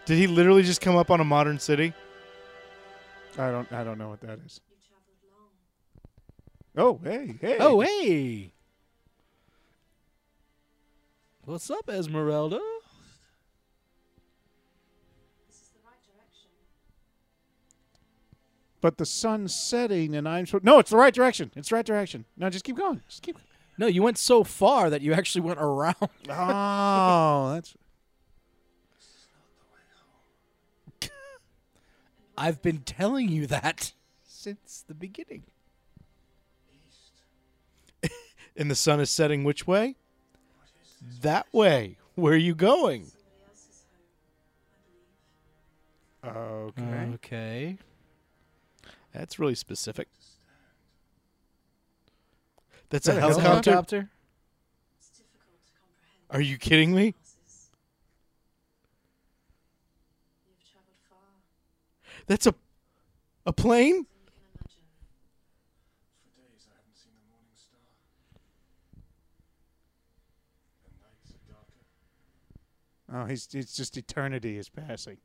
S2: Did he literally just come up on a modern city?
S1: I don't. I don't know what that is.
S6: You
S1: Oh,
S6: traveled long.
S1: hey, hey.
S3: Oh, hey. What's up, Esmeralda?
S6: This is the right direction.
S1: But the sun's setting, and I'm so no. It's the right direction. It's the right direction. No, just keep going. Just keep.
S3: No, you went so far that you actually went around.
S1: oh, that's
S3: I've been telling you that since the beginning.
S2: And the sun is setting which way? That way. Where are you going?
S6: Somebody else's home, I
S1: okay.
S6: believe.
S3: Okay.
S2: That's really specific. That's
S1: Is
S2: a
S1: that a
S2: helicopter?
S3: Helicopter.
S6: It's difficult to comprehend.
S2: Are you kidding me?
S6: Passes. You've traveled far,
S2: That's a a plane?
S6: as you can imagine.
S9: For days I haven't seen the morning star. The nights are darker.
S1: Oh, he's it's just eternity is passing.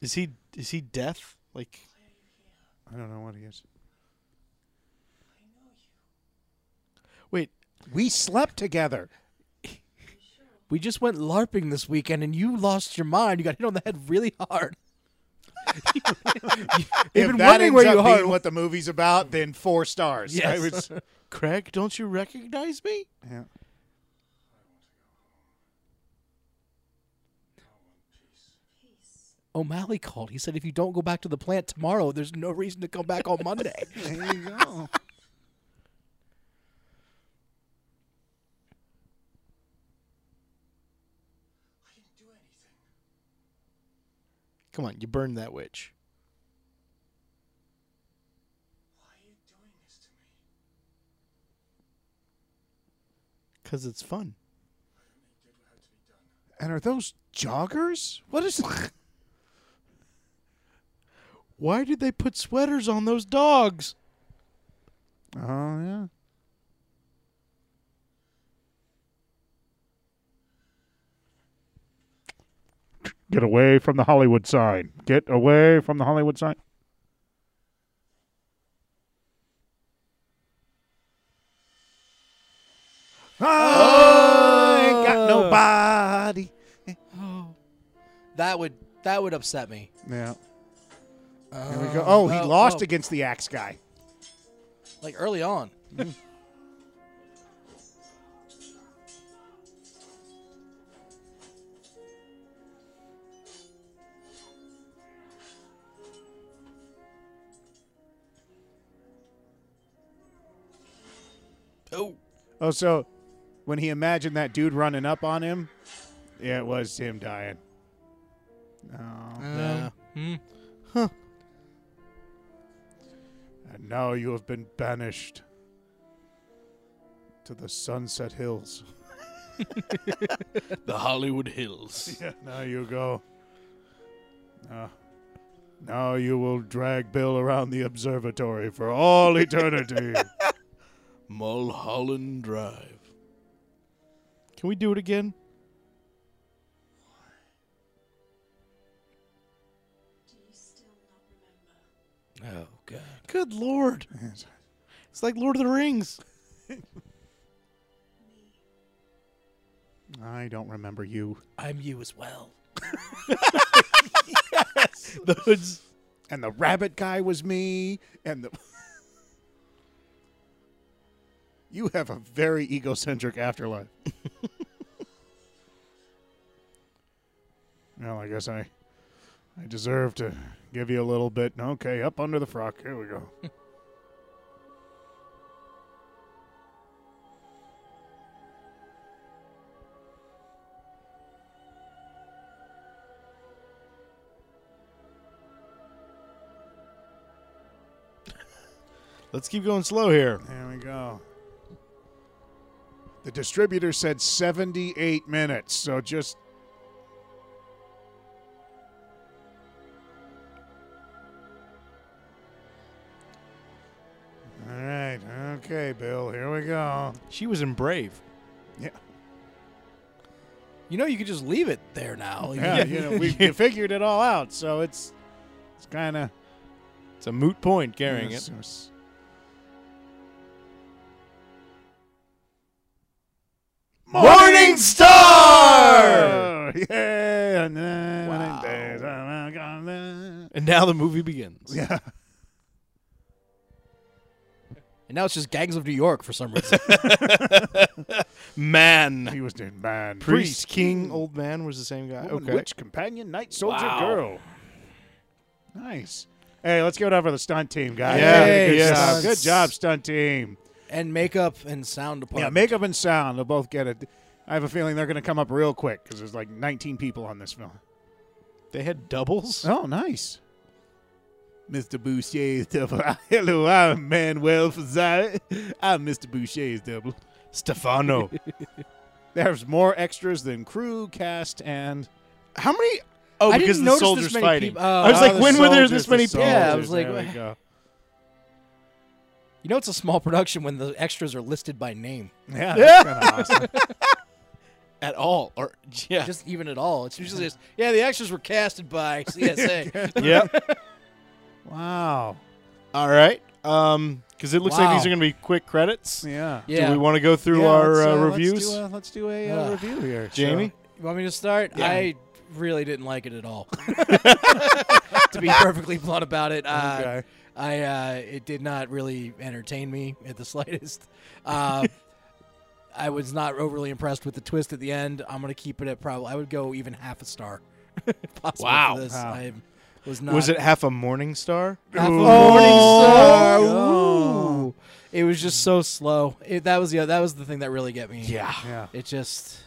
S2: Is he is he deaf? Like
S1: I don't know what he is.
S2: wait,
S1: We slept together.
S3: We just went LARPing this weekend and you lost your mind. You got hit on the head really hard. They've
S1: if
S3: been
S1: that
S3: wondering
S1: ends
S3: where you
S1: up
S3: are.
S1: being what the movie's about, then four stars.
S3: Yes.
S1: I was-
S2: Craig, don't you recognize me?
S1: yeah.
S6: Peace.
S3: O'Malley called. He said, if you don't go back to the plant tomorrow, there's no reason to come back on Monday.
S1: There you go.
S9: I didn't do anything.
S2: Come on, you burned that witch.
S9: Why are you doing this to me?
S2: Cause it's fun.
S1: and are those joggers? What is? Oh,
S2: Why did they put sweaters on those dogs?
S1: Oh yeah. Get away from the Hollywood sign. Get away from the Hollywood sign. I ain't got
S3: Oh.
S1: nobody.
S3: that would that would upset me.
S1: Yeah. Here we go. Oh, he
S3: Oh,
S1: lost
S3: oh.
S1: against the axe guy.
S3: Like early on. Oh.
S1: Oh, so when he imagined that dude running up on him, yeah, it was him dying. Oh. No. Hmm.
S2: Yeah.
S1: I And now you have been banished to the Sunset Hills.
S2: The Hollywood Hills.
S1: Yeah, now you go. Now- now you will drag Bill around the observatory for all eternity.
S2: Mulholland Drive. Can we do it again?
S6: Do you still not remember?
S3: Oh god.
S2: Good lord. It's like Lord of the Rings.
S1: I don't remember you.
S3: I'm you as well.
S2: The hood's
S1: And the rabbit guy was me, and the. you have a very egocentric afterlife. well, I guess I, I deserve to give you a little bit. Okay, up under the frock. Here we go.
S2: Let's keep going slow here.
S1: There we go. The distributor said 78 minutes, so just. All right. Okay, Bill, here we go.
S2: She was in Brave.
S1: Yeah.
S3: You know you could just leave it there now.
S1: Yeah, you know, we, we figured it all out, so it's it's kind of
S2: It's a moot point carrying
S1: Yes,
S2: it.
S1: yes.
S2: Morning Star!
S1: Oh, yeah. "Oh Wow.
S2: And now the movie begins.
S1: Yeah.
S3: And now it's just gangs of New York for some reason.
S2: Man.
S1: He was doing man.
S2: Priest, King, Old Man was the same guy.
S1: Woman,
S2: okay.
S1: Witch, companion, knight, soldier, girl. Nice. Hey, let's give it up for the stunt team, guys.
S2: Yeah,
S1: They did a good, job.
S2: yes.
S1: good job, stunt team.
S3: and makeup and sound
S1: Yeah,
S3: department.
S1: makeup and sound, they'll both get it. I have a feeling they're going to come up real quick because there's like 19 people on this film.
S2: They had doubles?
S1: Oh, nice. Mr. Boucher's double. Hello, I'm Manuel Fazari. I'm Mr. Boucher's double.
S2: Stefano.
S1: There's more extras than crew, cast, and
S2: How many? Oh,
S3: I
S2: because
S3: didn't
S2: the
S3: notice
S2: soldiers
S3: this many
S2: fighting.
S3: peop- oh,
S2: I was
S3: oh,
S2: like,
S1: the
S2: when were there
S1: soldiers,
S2: this
S1: the
S2: many people?
S1: soldiers.
S3: Yeah, I was like,
S1: there we go.
S3: you know it's a small production when the extras are listed by name.
S1: Yeah, that's kind of awesome.
S2: At all? Or yeah,
S3: Just even at all. It's usually just yeah, the extras were casted by CSA.
S2: yeah.
S1: Wow.
S2: All right. Um, because it looks like these
S3: Wow.
S2: are going to be quick credits.
S1: Yeah.
S3: yeah.
S2: Do we want to go through
S1: Yeah,
S2: our
S1: let's,
S2: uh,
S1: uh,
S2: reviews?
S1: Let's do a, let's do a uh,
S3: Ugh.
S1: review here. So-
S2: Jamie,
S3: You want me to start?
S2: Yeah.
S3: I really didn't like it at all. to be perfectly blunt about it, uh,
S1: Okay.
S3: I uh, it did not really entertain me at the slightest. Uh, I was not overly impressed with the twist at the end. I'm gonna keep it at probably. I would go even half a star. if possible
S2: Wow.
S3: For this.
S1: Wow.
S3: I was not.
S2: was it half a morning star?
S3: half a
S1: Ooh.
S3: morning
S1: Oh.
S3: star? Woo. It was just so slow. It, that was the that was the thing that really got me.
S2: Yeah.
S1: Yeah.
S3: It just.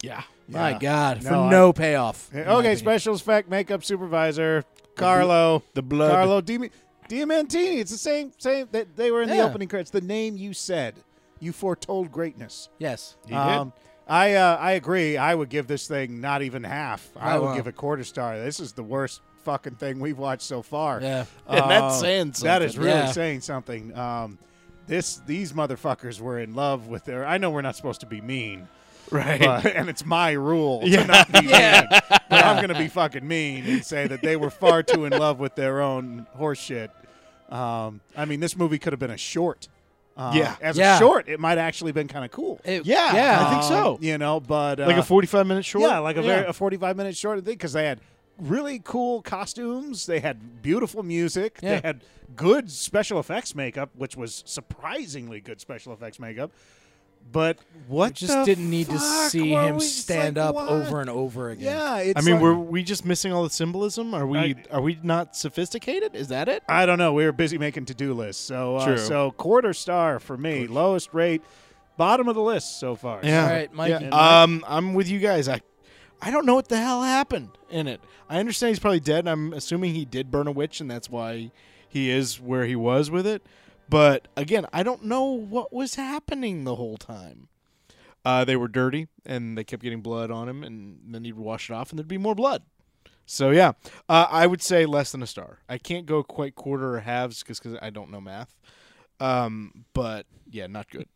S2: Yeah.
S3: My
S1: Yeah.
S3: God, for
S1: No, I-
S3: no payoff. in my
S1: Okay,
S3: opinion.
S1: special effect makeup supervisor Carlo.
S2: The blood.
S1: Carlo Di- Diamantini. It's the same. Same. They, they were in the
S3: Yeah.
S1: opening credits. The name you said. You foretold greatness.
S3: Yes.
S2: He did.
S1: I uh, I agree. I would give this thing not even half. I
S3: Oh,
S1: would
S3: wow.
S1: give it quarter star. This is the worst fucking thing we've watched so far.
S3: Yeah.
S2: And that's
S1: Uh,
S2: saying
S1: That is
S3: something.
S1: really
S3: Yeah.
S1: saying something. Um, this these motherfuckers were in love with their. I know we're not supposed to be mean,
S2: right.
S1: but, and it's my rule to
S2: Yeah.
S1: not be mean. But I'm gonna be fucking mean and say that they were far too in love with their own horseshit. Um, I mean, this movie could have been a short. Uh,
S2: Yeah.
S1: as
S3: Yeah.
S1: a short, it might actually been kind of cool.
S3: It-
S2: Yeah, I think
S1: Um,
S2: so.
S1: You know, but uh,
S2: like a forty-five minute short.
S1: yeah, like a very uh, a 45 minute short thing because they had really cool costumes. They had beautiful music.
S3: Yeah.
S1: They had good special effects makeup, which was surprisingly good special effects makeup. But what
S3: We just didn't need to see him stand up over and over again.
S1: Yeah, it's
S2: I mean,
S1: like-
S2: were we just missing all the symbolism? Are we
S1: I-
S2: are we not sophisticated? Is that it?
S1: I don't know. We were busy making to do lists, so uh,
S2: True.
S1: so quarter star for me, lowest rate, bottom of the list so far.
S2: Yeah.
S3: All right, Mikey.
S2: Yeah. Um, I'm with you guys. I, I don't know what the hell happened in it. I understand he's probably dead. I'm assuming he did burn a witch, and that's why he is where he was with it. But again, I don't know what was happening the whole time. Uh, they were dirty, and they kept getting blood on him, and then he'd wash it off, and there'd be more blood. So yeah, uh, I would say less than a star. I can't go quite quarter or halves because I don't know math. Um, but yeah, not good.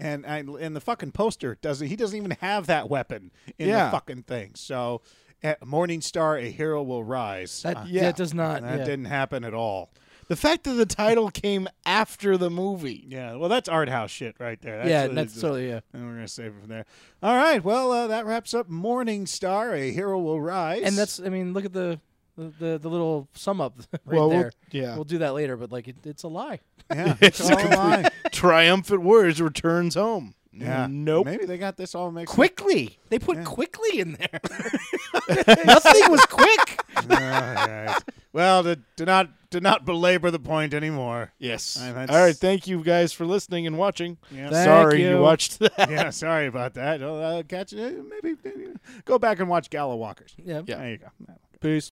S1: And I, and the fucking poster doesn't. He doesn't even have that weapon in
S2: Yeah.
S1: the fucking thing. So, at Morning Star, a hero will rise.
S3: That,
S1: Uh,
S3: yeah.
S2: yeah.
S3: it does not.
S1: that
S3: yeah.
S1: didn't happen at all.
S2: The fact that the title came after the movie.
S1: Yeah. Well, that's art house shit right there. That's
S3: yeah,
S1: what
S3: that's
S1: it's-
S3: totally yeah.
S1: And we're gonna save it from there. All right. Well, uh, that wraps up Morning Star, a hero will rise.
S3: And that's I mean, look at the the, the, the little sum up right
S2: Well, we'll-
S3: there.
S2: yeah.
S3: we'll do that later. But like, it, it's a lie.
S1: yeah, it's all a lie.
S2: Triumphant Warriors returns home.
S1: Yeah.
S2: Nope.
S1: Maybe they got this all mixed. up.
S3: Quickly, they put quickly in there. Nothing was quick.
S1: All right. Well, to, to not to not belabor the point anymore.
S2: Yes.
S1: All right, that's-
S2: All right. Thank you guys for listening and watching.
S1: Yeah.
S3: Thank
S2: Sorry you.
S3: you.
S2: watched that.
S1: yeah, sorry about that. Uh, catch uh, maybe, maybe go back and watch Gala Walkers.
S3: Yeah.
S1: There you go.
S3: Peace.